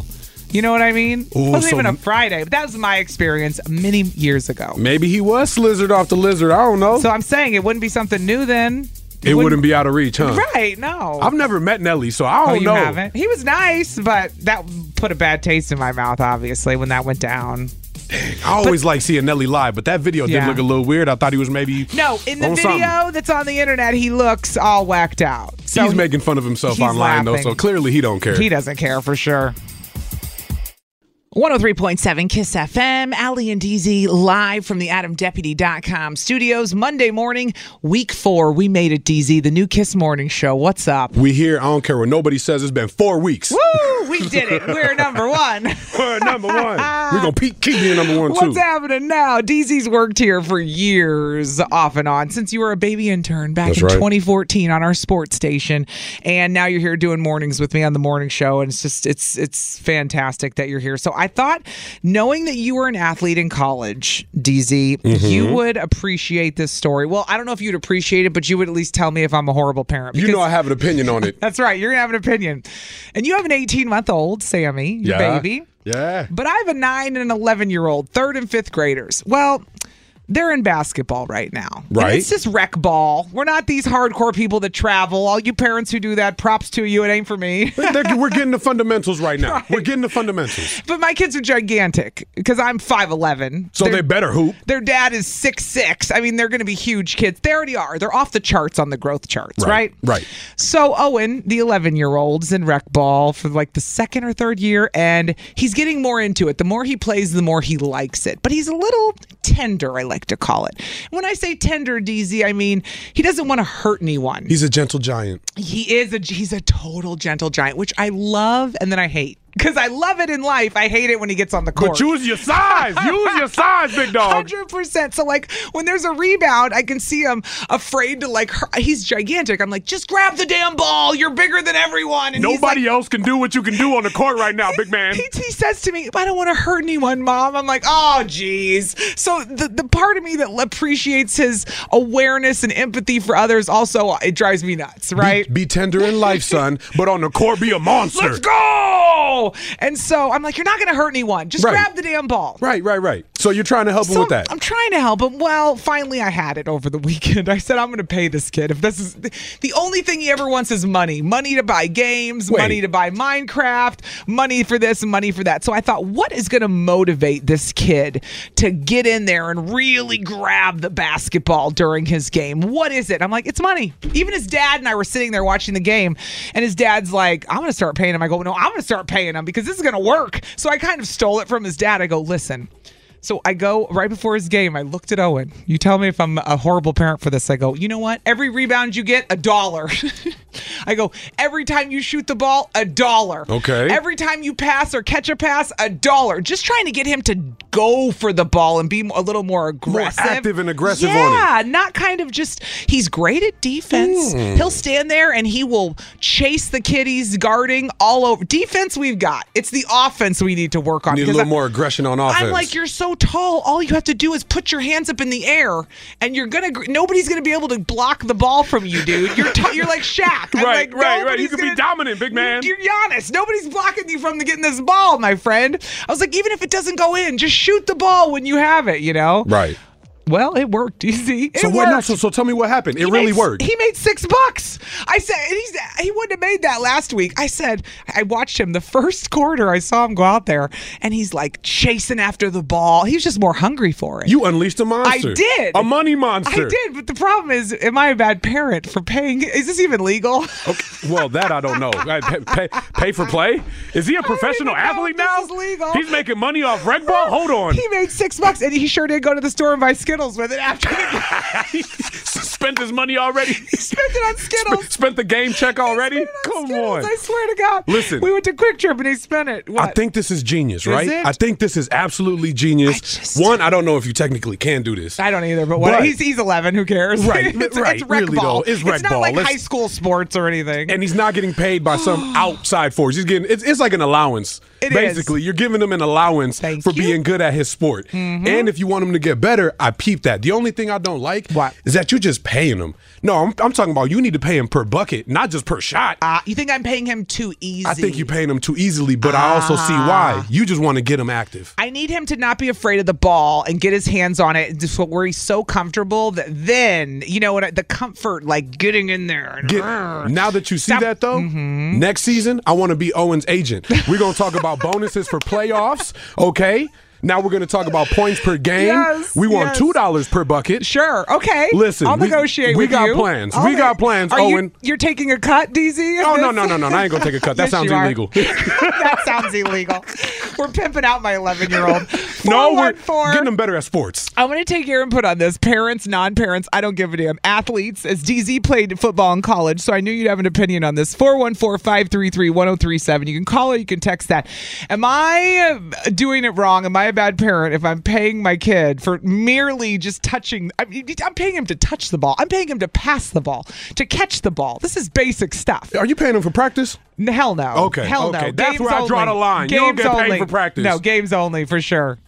[SPEAKER 3] You know what I mean?
[SPEAKER 4] Ooh,
[SPEAKER 3] wasn't
[SPEAKER 4] so-
[SPEAKER 3] even a Friday, but that was my experience many years ago.
[SPEAKER 4] Maybe he was slizzard off the lizard. I don't know.
[SPEAKER 3] So I'm saying it wouldn't be something new then.
[SPEAKER 4] It wouldn't be out of reach, huh?
[SPEAKER 3] Right? No.
[SPEAKER 4] I've never met Nelly, so I don't
[SPEAKER 3] oh, you
[SPEAKER 4] know.
[SPEAKER 3] haven't. He was nice, but that put a bad taste in my mouth. Obviously, when that went down.
[SPEAKER 4] I always like seeing Nelly live, but that video
[SPEAKER 3] Yeah.
[SPEAKER 4] did look a little weird. I thought he was maybe
[SPEAKER 3] No, in the
[SPEAKER 4] On
[SPEAKER 3] video
[SPEAKER 4] something.
[SPEAKER 3] that's on the internet, he looks all whacked out. So
[SPEAKER 4] he's making fun of himself
[SPEAKER 3] he's
[SPEAKER 4] online though,
[SPEAKER 3] laughing.
[SPEAKER 4] so clearly he don't care.
[SPEAKER 3] He doesn't care for sure. 103.7 Kiss FM, Ali and DZ live from the AdamDeputy.com studios. Monday morning, week four. We made it, DZ, the new Kiss Morning Show. What's up?
[SPEAKER 4] We here. I don't care what nobody says. It's been four weeks.
[SPEAKER 3] Woo! We did it. We're number one.
[SPEAKER 4] We're number one. We're gonna pe- keep being number one
[SPEAKER 3] What's
[SPEAKER 4] too.
[SPEAKER 3] happening now? DZ's worked here for years, off and on, since you were a baby intern back
[SPEAKER 4] That's
[SPEAKER 3] in
[SPEAKER 4] right.
[SPEAKER 3] 2014 on our sports station, and now you're here doing mornings with me on the morning show, and it's just it's it's fantastic that you're here. So I thought, knowing that you were an athlete in college, DZ, you
[SPEAKER 4] Mhm.
[SPEAKER 3] would appreciate this story. Well, I don't know if you'd appreciate it, but you would at least tell me if I'm a horrible parent.
[SPEAKER 4] You know I have an opinion on it.
[SPEAKER 3] That's right. You're gonna have an opinion, and you have an 18 month old Sammy, your
[SPEAKER 4] Yeah.
[SPEAKER 3] baby.
[SPEAKER 4] Yeah.
[SPEAKER 3] But I have a nine and an 11 year old, third and fifth graders. Well, they're in basketball right now. And
[SPEAKER 4] Right.
[SPEAKER 3] it's just rec ball. We're not these hardcore people that travel. All you parents who do that, props to you. It ain't for me.
[SPEAKER 4] They're- We're getting the fundamentals right now. We're getting the fundamentals.
[SPEAKER 3] but my kids are gigantic because I'm 5'11.
[SPEAKER 4] So
[SPEAKER 3] They're-
[SPEAKER 4] they better hoop.
[SPEAKER 3] Their dad is six six. I mean, they're going to be huge kids. They already are. They're off the charts on the growth charts, right?
[SPEAKER 4] Right.
[SPEAKER 3] So Owen, the 11 year old's in rec ball for like the second or third year, and he's getting more into it. The more he plays, the more he likes it. But he's a little tender, I like to call it. When I say tender, DZ, I mean he doesn't want to hurt anyone.
[SPEAKER 4] He's a gentle giant.
[SPEAKER 3] He is a he's a total gentle giant, which I love and then I hate because I love it in life. I hate it when he gets on the court.
[SPEAKER 4] use your size. Use your size, big dog.
[SPEAKER 3] Hundred percent. So like when there's a rebound, I can see him afraid to like. hur- He's gigantic. I'm like, just grab the damn ball. You're bigger than everyone. And he's
[SPEAKER 4] Nobody else can do what you can do on the court right now, big man.
[SPEAKER 3] he, he says to me, I don't want to hurt anyone, mom. I'm like, oh, geez. So the, the part of me that appreciates his awareness and empathy for others also, it drives me nuts, right?
[SPEAKER 4] Be tender in life, son, but on the court, be a monster.
[SPEAKER 3] Let's go! And so I'm like, you're not going to hurt anyone. Just
[SPEAKER 4] Right.
[SPEAKER 3] grab the damn ball.
[SPEAKER 4] Right, right, right. So you're trying to help him
[SPEAKER 3] So
[SPEAKER 4] with that.
[SPEAKER 3] I'm trying to help him. Well, finally, I had it over the weekend. I said, I'm going to pay this kid. If this is the only thing he ever wants is money money to buy games,
[SPEAKER 4] Wait.
[SPEAKER 3] money to buy Minecraft, money for this, and money for that. So I thought, what is going to motivate this kid to get in there and really grab the basketball during his game? What is it? I'm like, it's money. Even his dad and I were sitting there watching the game, and his dad's like, I'm going to start paying him. I go, no, I'm going to start paying him because this is going to work. So I kind of stole it from his dad. I go, listen. So I go right before his game. I looked at Owen. You tell me if I'm a horrible parent for this. I go, you know what? Every rebound you get, a dollar. I go, every time you shoot the ball, a dollar.
[SPEAKER 4] Okay.
[SPEAKER 3] Every time you pass or catch a pass, a dollar. Just trying to get him to go for the ball and be a little more aggressive.
[SPEAKER 4] active and aggressive on
[SPEAKER 3] yeah,
[SPEAKER 4] it.
[SPEAKER 3] not kind of just, he's great at defense.
[SPEAKER 4] Mm.
[SPEAKER 3] He'll stand there and he will chase the kiddies guarding all over. Defense we've got. It's the offense we need to work on.
[SPEAKER 4] Need a
[SPEAKER 3] because
[SPEAKER 4] little
[SPEAKER 3] I-
[SPEAKER 4] more aggression on offense.
[SPEAKER 3] I'm like, you're so tall. All you have to do is put your hands up in the air, and you're gonna. gr- Nobody's gonna be able to block the ball from you, dude. You're t- you're like Shaq. I'm
[SPEAKER 4] Right,
[SPEAKER 3] like,
[SPEAKER 4] right, right. You
[SPEAKER 3] nobody's
[SPEAKER 4] can be
[SPEAKER 3] gonna-
[SPEAKER 4] dominant, big man.
[SPEAKER 3] You're Giannis. Nobody's blocking you from getting this ball, my friend. I was like, even if it doesn't go in, just shoot the ball when you have it. You know.
[SPEAKER 4] right.
[SPEAKER 3] Well, it worked. You see, it
[SPEAKER 4] so what? No,
[SPEAKER 3] worked.
[SPEAKER 4] so, so tell me what happened. It
[SPEAKER 3] He
[SPEAKER 4] really
[SPEAKER 3] made-
[SPEAKER 4] worked.
[SPEAKER 3] He made six bucks. I said and he's, he wouldn't have made that last week. I said I watched him the first quarter. I saw him go out there, and he's like chasing after the ball. He was just more hungry for it.
[SPEAKER 4] you unleashed a monster.
[SPEAKER 3] I did
[SPEAKER 4] A money monster.
[SPEAKER 3] I did, but the problem is, am I a bad parent for paying? Is this even legal?
[SPEAKER 4] Okay. Well, that I don't know. I- pay, pay, pay for play? Is he a professional athlete now? He's making money off reg ball. Hold on.
[SPEAKER 3] He made six bucks, and he sure did go to the store and buy Skittles with it after the
[SPEAKER 19] spent his money already. he
[SPEAKER 3] spent it on Skittles.
[SPEAKER 19] Spent the game check already. Come on.
[SPEAKER 3] I swear to God.
[SPEAKER 4] Listen.
[SPEAKER 3] we went to Quick Trip and he spent it. What?
[SPEAKER 4] I think this is genius,
[SPEAKER 3] Is
[SPEAKER 4] right?
[SPEAKER 3] it?
[SPEAKER 4] I think this is absolutely genius. One, I don't know if you technically can do this.
[SPEAKER 3] I don't either, but what?
[SPEAKER 4] But-
[SPEAKER 3] he's he's 11. Who cares?
[SPEAKER 4] Right,
[SPEAKER 3] it's,
[SPEAKER 4] right,
[SPEAKER 3] It's rec
[SPEAKER 4] really
[SPEAKER 3] ball.
[SPEAKER 4] though, it's rec
[SPEAKER 3] not
[SPEAKER 4] ball.
[SPEAKER 3] like
[SPEAKER 4] Let's-
[SPEAKER 3] high school sports or anything.
[SPEAKER 4] And he's not getting paid by some outside force. He's getting it's, it's like an allowance.
[SPEAKER 3] It is. Mm-hmm.
[SPEAKER 4] basically, you're giving him an allowance for being good at his sport. And if you want him to get better, I peep that. The only thing I don't like is that you're just paying him. No, I'm, I'm talking about you need to pay him per bucket, not just per shot.
[SPEAKER 3] Uh, you think I'm paying him too easy? Ah.
[SPEAKER 4] I think you're paying him too easily, but I also see why. You just want to get him active.
[SPEAKER 3] I need him to not be afraid of the ball and get his hands on it, just where he's so comfortable that then you know what the comfort, like getting in there. And
[SPEAKER 4] Get, now that you see that though,
[SPEAKER 3] Mm-hmm.
[SPEAKER 4] next season I want to be Owen's agent. We're gonna talk about bonuses for playoffs. Okay. Now we're gonna talk about points per game.
[SPEAKER 3] Yes,
[SPEAKER 4] we want
[SPEAKER 3] yes.
[SPEAKER 4] two dollars per bucket.
[SPEAKER 3] Sure. Okay.
[SPEAKER 4] Listen,
[SPEAKER 3] I'll
[SPEAKER 4] we-
[SPEAKER 3] negotiate.
[SPEAKER 4] We
[SPEAKER 3] with
[SPEAKER 4] got
[SPEAKER 3] you.
[SPEAKER 4] plans.
[SPEAKER 3] All
[SPEAKER 4] we
[SPEAKER 3] right.
[SPEAKER 4] got plans,
[SPEAKER 3] Are
[SPEAKER 4] Owen.
[SPEAKER 3] You, are taking a cut, DZ. in
[SPEAKER 4] Oh no
[SPEAKER 3] this?
[SPEAKER 4] no no no! no, I ain't gonna take a cut. That
[SPEAKER 3] Yes,
[SPEAKER 4] sounds
[SPEAKER 3] you are.
[SPEAKER 4] illegal.
[SPEAKER 3] that sounds illegal. We're pimping out my 11 year old.
[SPEAKER 4] no, we're getting them better at sports.
[SPEAKER 3] I want to take your input on this. Parents, non parents, I don't give a damn. Athletes, as DZ played football in college, so I knew you'd have an opinion on this. 414 533 1037. You can call or you can text that. Am I uh, doing it wrong? Am I a bad parent if I'm paying my kid for merely just touching? I mean, I'm paying him to touch the ball, I'm paying him to pass the ball, to catch the ball. This is basic stuff.
[SPEAKER 4] Are you paying him for practice?
[SPEAKER 3] Hell no.
[SPEAKER 4] Okay,
[SPEAKER 3] Hell no.
[SPEAKER 4] okay. That's
[SPEAKER 3] Games
[SPEAKER 4] where I draw
[SPEAKER 3] only.
[SPEAKER 4] the line. You don't
[SPEAKER 3] Games
[SPEAKER 4] get paid
[SPEAKER 3] only.
[SPEAKER 4] for practice.
[SPEAKER 3] No, games only for sure.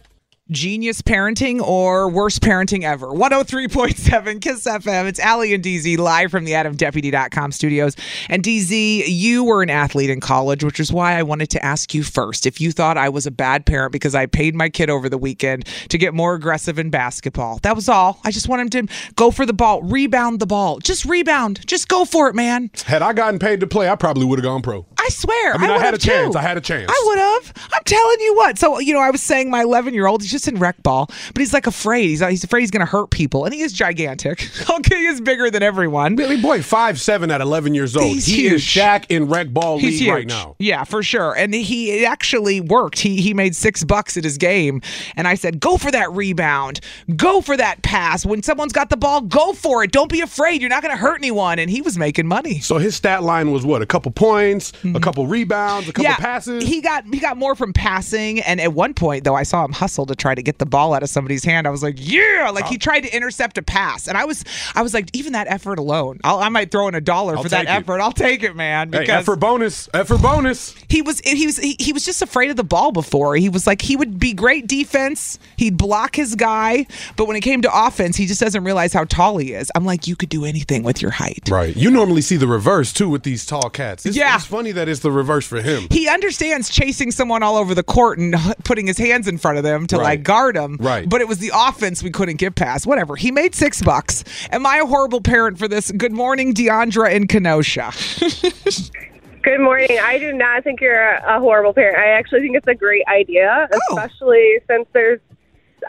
[SPEAKER 3] Genius parenting or worst parenting ever. 103.7 Kiss FM. It's Allie and DZ live from the AdamDeputy.com studios. And DZ, you were an athlete in college, which is why I wanted to ask you first if you thought I was a bad parent because I paid my kid over the weekend to get more aggressive in basketball. That was all. I just want him to go for the ball, rebound the ball. Just rebound. Just go for it, man.
[SPEAKER 4] Had I gotten paid to play, I probably would have gone pro.
[SPEAKER 3] I swear.
[SPEAKER 4] I mean, I
[SPEAKER 3] would
[SPEAKER 4] had
[SPEAKER 3] have
[SPEAKER 4] a chance.
[SPEAKER 3] too.
[SPEAKER 4] I had a chance.
[SPEAKER 3] I would have. I'm telling you what. So you know, I was saying my 11 year old. He's just in rec ball, but he's like afraid. He's he's afraid he's going to hurt people, and he is gigantic. okay, he is bigger than everyone.
[SPEAKER 4] Billy Boy, five seven at 11 years old.
[SPEAKER 3] He's
[SPEAKER 4] he is
[SPEAKER 3] huge.
[SPEAKER 4] Shaq in rec ball
[SPEAKER 3] He's
[SPEAKER 4] league
[SPEAKER 3] huge.
[SPEAKER 4] right now.
[SPEAKER 3] Yeah, for sure. And he it actually worked. He he made six bucks at his game. And I said, go for that rebound. Go for that pass. When someone's got the ball, go for it. Don't be afraid. You're not going to hurt anyone. And he was making money. Hmm.
[SPEAKER 4] So his stat line was what? A couple points, a couple rebounds, a couple passes.
[SPEAKER 3] He got he got more from passing, and at one point though, I saw him hustle to try to get the ball out of somebody's hand. I was like, yeah, like he tried to intercept a pass, and I was I was like, even that effort alone, I'll, I might throw in a dollar
[SPEAKER 4] I'll
[SPEAKER 3] for that
[SPEAKER 4] take it.
[SPEAKER 3] effort. I'll take it, man.
[SPEAKER 4] Hey,
[SPEAKER 3] because-
[SPEAKER 4] effort bonus. Effort bonus.
[SPEAKER 3] he was he was he, he was just afraid of the ball before. He was like he would be great defense. He'd block his guy, but when it came to offense, he just doesn't realize how tall he is. I'm like, you could do anything with your height.
[SPEAKER 4] Right. You normally see the reverse too with these tall cats. It's,
[SPEAKER 3] Yeah.
[SPEAKER 4] it's funny that it's the reverse for him.
[SPEAKER 3] he understands chasing someone all over the court and h- putting his hands in front of them to
[SPEAKER 4] Right.
[SPEAKER 3] like guard them.
[SPEAKER 4] Right.
[SPEAKER 3] But it was the offense we couldn't get past. Whatever. He made six bucks. Am I a horrible parent for this? Good morning, Deandra in Kenosha.
[SPEAKER 20] Good morning. I do not think you're a horrible parent. I actually think it's a great idea,
[SPEAKER 4] Oh.
[SPEAKER 20] especially since there's.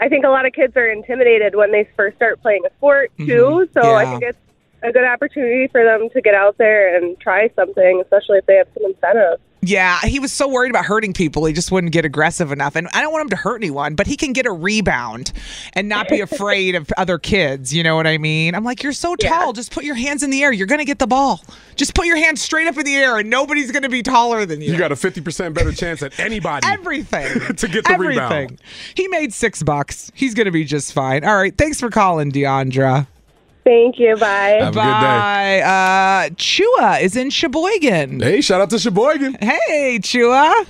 [SPEAKER 20] I think a lot of kids are intimidated when they first start playing a sport
[SPEAKER 4] Mm-hmm.
[SPEAKER 20] too.
[SPEAKER 21] Mhm.
[SPEAKER 20] So I
[SPEAKER 21] Yeah.
[SPEAKER 20] think it's a good opportunity for them to get out there and try something, especially if they have some incentive.
[SPEAKER 3] yeah, he was so worried about hurting people, he just wouldn't get aggressive enough. And I don't want him to hurt anyone, but he can get a rebound and not be afraid of other kids. You know what I mean? I'm like, you're so tall. Just put your hands in the air. You're going to get the ball. Just put your hands straight up in the air, and nobody's going to be taller than you.
[SPEAKER 4] You got a 50% better chance at anybody.
[SPEAKER 3] Everything.
[SPEAKER 4] to get the
[SPEAKER 3] Everything.
[SPEAKER 4] rebound.
[SPEAKER 3] He made six bucks. He's going to be just fine. All right. Thanks for calling, Deandra.
[SPEAKER 20] Thank you. Bye.
[SPEAKER 4] Have a good day.
[SPEAKER 3] Bye. Uh, Chua is in Sheboygan.
[SPEAKER 4] Hey, shout out to Sheboygan.
[SPEAKER 3] Hey, Chua.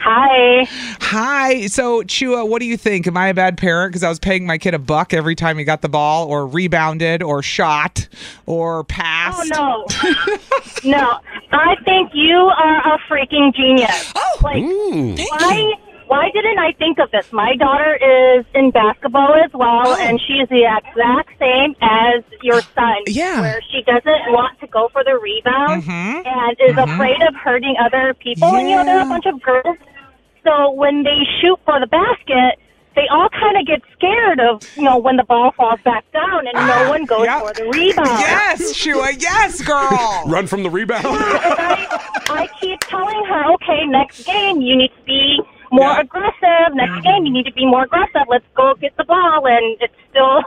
[SPEAKER 20] Hi.
[SPEAKER 3] Hi. So, Chua, what do you think? Am I a bad parent because I was paying my kid a buck every time he got the ball or rebounded or shot or passed?
[SPEAKER 21] Oh no, no! I think you are a freaking genius.
[SPEAKER 4] Oh,
[SPEAKER 21] like, why? Why didn't I think of this? My daughter is in basketball as well,
[SPEAKER 4] Oh.
[SPEAKER 21] and she is the exact same as your son.
[SPEAKER 3] Yeah.
[SPEAKER 21] where she doesn't want to go for the rebound
[SPEAKER 3] Mm-hmm.
[SPEAKER 21] and is afraid of hurting other people. And you know, there are a bunch of girls, so when they shoot for the basket. They all kind of get scared of, you know, when the ball falls back down and no one goes for the rebound.
[SPEAKER 3] Ah, Yes, Chua. Yes, girl.
[SPEAKER 4] Run from the rebound.
[SPEAKER 21] I keep telling her, okay, next game you need to be more
[SPEAKER 3] Mm-hmm.
[SPEAKER 21] aggressive. Next game you need to be more aggressive. Let's go get the ball, and it's still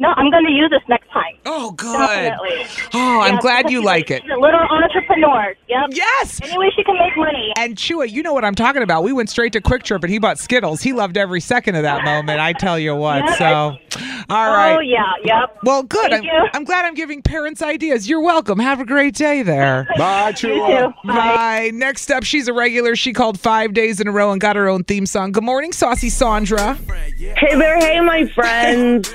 [SPEAKER 21] No, I'm going to use this next time.
[SPEAKER 3] Oh, good.
[SPEAKER 21] Definitely.
[SPEAKER 3] Oh, I'm
[SPEAKER 21] Yes,
[SPEAKER 3] glad
[SPEAKER 21] because
[SPEAKER 3] you
[SPEAKER 21] she's a-
[SPEAKER 3] like it.
[SPEAKER 21] She's a little entrepreneur. Yep.
[SPEAKER 3] Yes.
[SPEAKER 21] Any way she can make money.
[SPEAKER 3] And Chua, you know what I'm talking about. We went straight to Quick Trip and he bought Skittles. He loved every second of that moment, I tell you what.
[SPEAKER 21] Yes.
[SPEAKER 3] So, all right.
[SPEAKER 21] Oh, yeah, yep.
[SPEAKER 3] Well, good.
[SPEAKER 21] Thank
[SPEAKER 3] I'm,
[SPEAKER 21] you.
[SPEAKER 3] I'm glad I'm giving parents ideas. You're welcome. Have a great day there.
[SPEAKER 4] Bye,
[SPEAKER 21] Chua.
[SPEAKER 3] Bye. Next up, she's a regular. She called five days in a row and got her own theme song. Good morning, Saucy Sandra.
[SPEAKER 22] Hey there, hey my friends.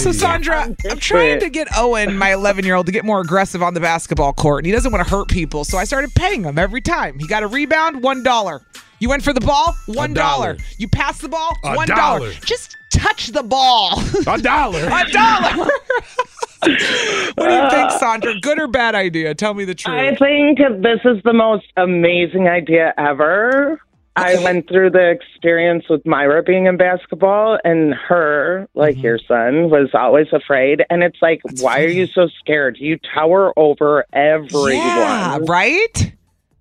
[SPEAKER 3] So Sandra, I'm, trying to get Owen, my 11 year old, to get more aggressive on the basketball court, and he doesn't want to hurt people. So I started paying him every time. He got a rebound, one dollar. You went for the ball, one dollar.
[SPEAKER 4] dollar.
[SPEAKER 3] You passed the ball,
[SPEAKER 4] A
[SPEAKER 3] one
[SPEAKER 4] dollar.
[SPEAKER 3] dollar. Just touch the ball.
[SPEAKER 4] A dollar.
[SPEAKER 3] a dollar. what do you think, Sandra? Good or bad idea? Tell me the truth.
[SPEAKER 22] I think this is the most amazing idea ever. I went through the experience with Myra being in basketball, and her, like
[SPEAKER 3] Mm-hmm.
[SPEAKER 22] your son, was always afraid. And it's like, why are you so scared? You tower over everyone,
[SPEAKER 3] Yeah, right?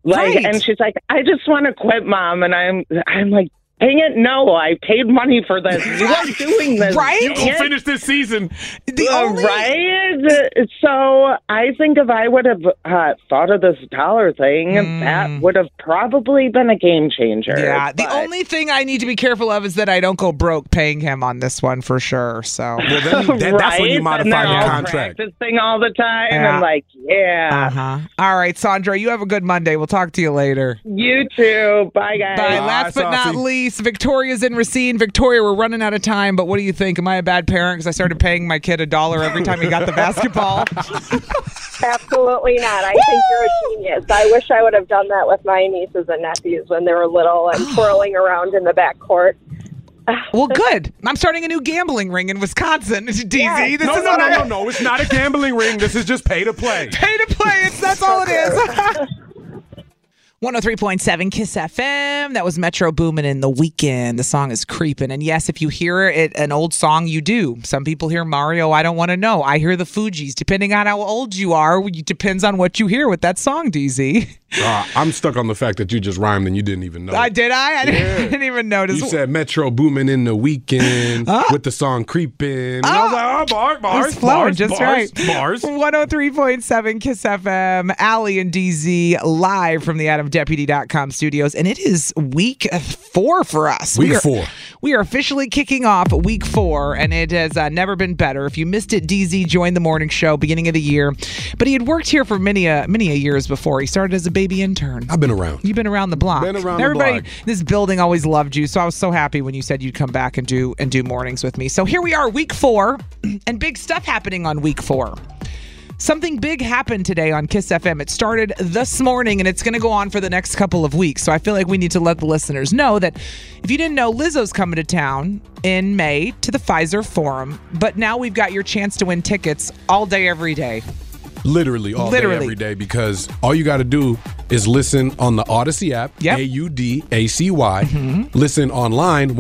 [SPEAKER 22] Like,
[SPEAKER 3] Right.
[SPEAKER 22] and she's like, I just want to quit, mom. And I'm, I'm like, dang it, no! I paid money for this. You are doing this,
[SPEAKER 19] Right? You gonna
[SPEAKER 22] Yes.
[SPEAKER 19] finish this season.
[SPEAKER 3] The
[SPEAKER 22] only- right? So I think if I would have uh, thought of this dollar thing, that would have probably been a game changer.
[SPEAKER 3] Hmm. Yeah. The only thing I need to be careful of is that I don't go broke paying him on this one for sure. So
[SPEAKER 22] Well, then that- that's when you Right? modify And then your I'll contract. practice thing all the time.
[SPEAKER 3] Yeah.
[SPEAKER 22] I'm like, yeah.
[SPEAKER 3] Uh-huh. All right, Sandra, you have a good Monday. We'll talk to you later.
[SPEAKER 22] You too. Bye, guys.
[SPEAKER 3] Bye. Last but not least, Victoria's in Racine. Victoria, we're running out of time, but what do you think? Am I a bad parent because I started paying my kid a dollar every time he got the basketball?
[SPEAKER 20] Absolutely not. I think you're a genius. I wish I would have done that with my nieces and nephews when they were little
[SPEAKER 4] Oh.
[SPEAKER 20] and twirling around in the back court.
[SPEAKER 3] well, good. I'm starting a new gambling ring in Wisconsin, DZ. This
[SPEAKER 19] no,
[SPEAKER 3] is
[SPEAKER 19] no,
[SPEAKER 3] what
[SPEAKER 19] no,
[SPEAKER 3] I-
[SPEAKER 19] no, no. It's not a gambling ring. This is just pay to play.
[SPEAKER 3] Pay to play. It's, that's all Oh, it is. 103.7 Kiss FM. That was Metro Boomin in the weekend. The song is creeping. And yes, if you hear it, an old song, you do. Some people hear Mario, I don't want to know. I hear the Fugees. Depending on how old you are, it depends on what you hear with that song, DZ.
[SPEAKER 4] Uh, I'm stuck on the fact that you just rhymed and you didn't even know.
[SPEAKER 3] I did I? I didn't, didn't even notice.
[SPEAKER 4] You said Metro booming in the weekend with the song creeping.
[SPEAKER 3] Ah.
[SPEAKER 4] I was like, oh, bar,
[SPEAKER 3] It
[SPEAKER 4] bars,
[SPEAKER 3] was flowing
[SPEAKER 4] bars,
[SPEAKER 3] just
[SPEAKER 4] bars,
[SPEAKER 3] right.
[SPEAKER 4] Bars.
[SPEAKER 3] 103.7 Kiss FM, Allie and DZ live from the AdamDeputy.com studios. And it is week uh, four for us.
[SPEAKER 4] Week
[SPEAKER 3] We are-
[SPEAKER 4] four.
[SPEAKER 3] We are officially kicking off week four, and it has uh, never been better. If you missed it, DZ joined the morning show beginning of the year, but he had worked here for many a many a years before. He started as a baby intern.
[SPEAKER 4] I've been around.
[SPEAKER 3] You've been around the block.
[SPEAKER 4] Been around the
[SPEAKER 3] Everybody,
[SPEAKER 4] block.
[SPEAKER 3] in this building always loved you, so I was so happy when you said you'd come back and do and do mornings with me. So here we are, week four, and big stuff happening on week four. Something big happened today on Kiss FM. It started this morning and it's going to go on for the next couple of weeks. So I feel like we need to let the listeners know that if you didn't know, Lizzo's coming to town in May to the Pfizer Forum, but now we've got your chance to win tickets all day, every day.
[SPEAKER 4] Literally all
[SPEAKER 3] Literally.
[SPEAKER 4] day, every day, because all you got to do is listen on the Odyssey app, A U D A C Y. Listen online,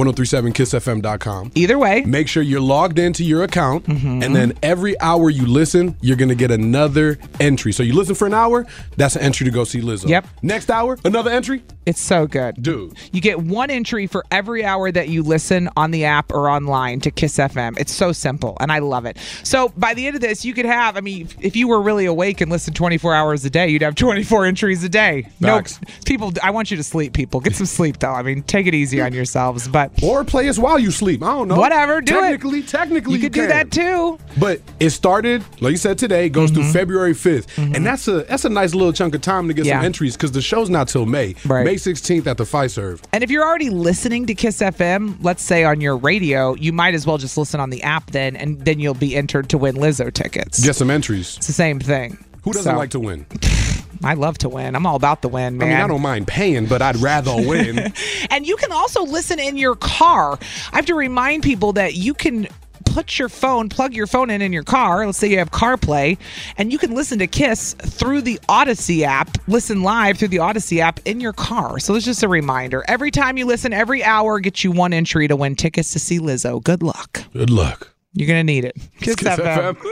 [SPEAKER 4] 1037kissfm.com.
[SPEAKER 3] Mm-hmm. Either way. Mm-hmm.
[SPEAKER 4] Make sure you're logged into your account, and then every hour you listen, you're going to get another entry. So you listen for an hour, that's an entry to go see Lizzo. Yep. Next hour, another entry.
[SPEAKER 3] It's so good.
[SPEAKER 4] Dude.
[SPEAKER 3] You get one entry for every hour that you listen on the app or online to Kiss FM. It's so simple and I love it. So by the end of this, you could have, I mean, if you were really awake and listened 24 hours a day, you'd have 24 entries a day.
[SPEAKER 4] Facts.
[SPEAKER 3] No, people, I want you to sleep, people. Get some sleep though. I mean, take it easy on yourselves, but.
[SPEAKER 4] Or play us while you sleep. I don't know.
[SPEAKER 3] Whatever, do
[SPEAKER 4] technically, it. Technically,
[SPEAKER 3] you could do that too.
[SPEAKER 4] But it started, like you said today, it goes through February 5th. And that's a that's a nice little chunk of time to get
[SPEAKER 3] Yeah.
[SPEAKER 4] some entries because the show's not till May. May 16th at the Fiserv.
[SPEAKER 3] And if you're already listening to Kiss FM, let's say on your radio, you might as well just listen on the app then, and then you'll be entered to win Lizzo tickets.
[SPEAKER 4] Get some entries.
[SPEAKER 3] It's the same thing.
[SPEAKER 4] Who doesn't
[SPEAKER 3] So,
[SPEAKER 4] like to win?
[SPEAKER 3] I love to win. I'm all about the win,
[SPEAKER 4] I
[SPEAKER 3] man.
[SPEAKER 4] mean, I don't mind paying, but I'd rather win.
[SPEAKER 3] and you can also listen in your car. I have to remind people that you can put your phone, plug your phone in in your car. Let's say you have CarPlay, and you can listen to Kiss through the Odyssey app, listen live through the Odyssey app in your car. So it's just a reminder. Every time you listen, every hour gets you one entry to win tickets to see Lizzo. Good luck.
[SPEAKER 4] Good luck.
[SPEAKER 3] You're going to need it. Kiss,
[SPEAKER 4] Kiss
[SPEAKER 3] FM.
[SPEAKER 4] FM.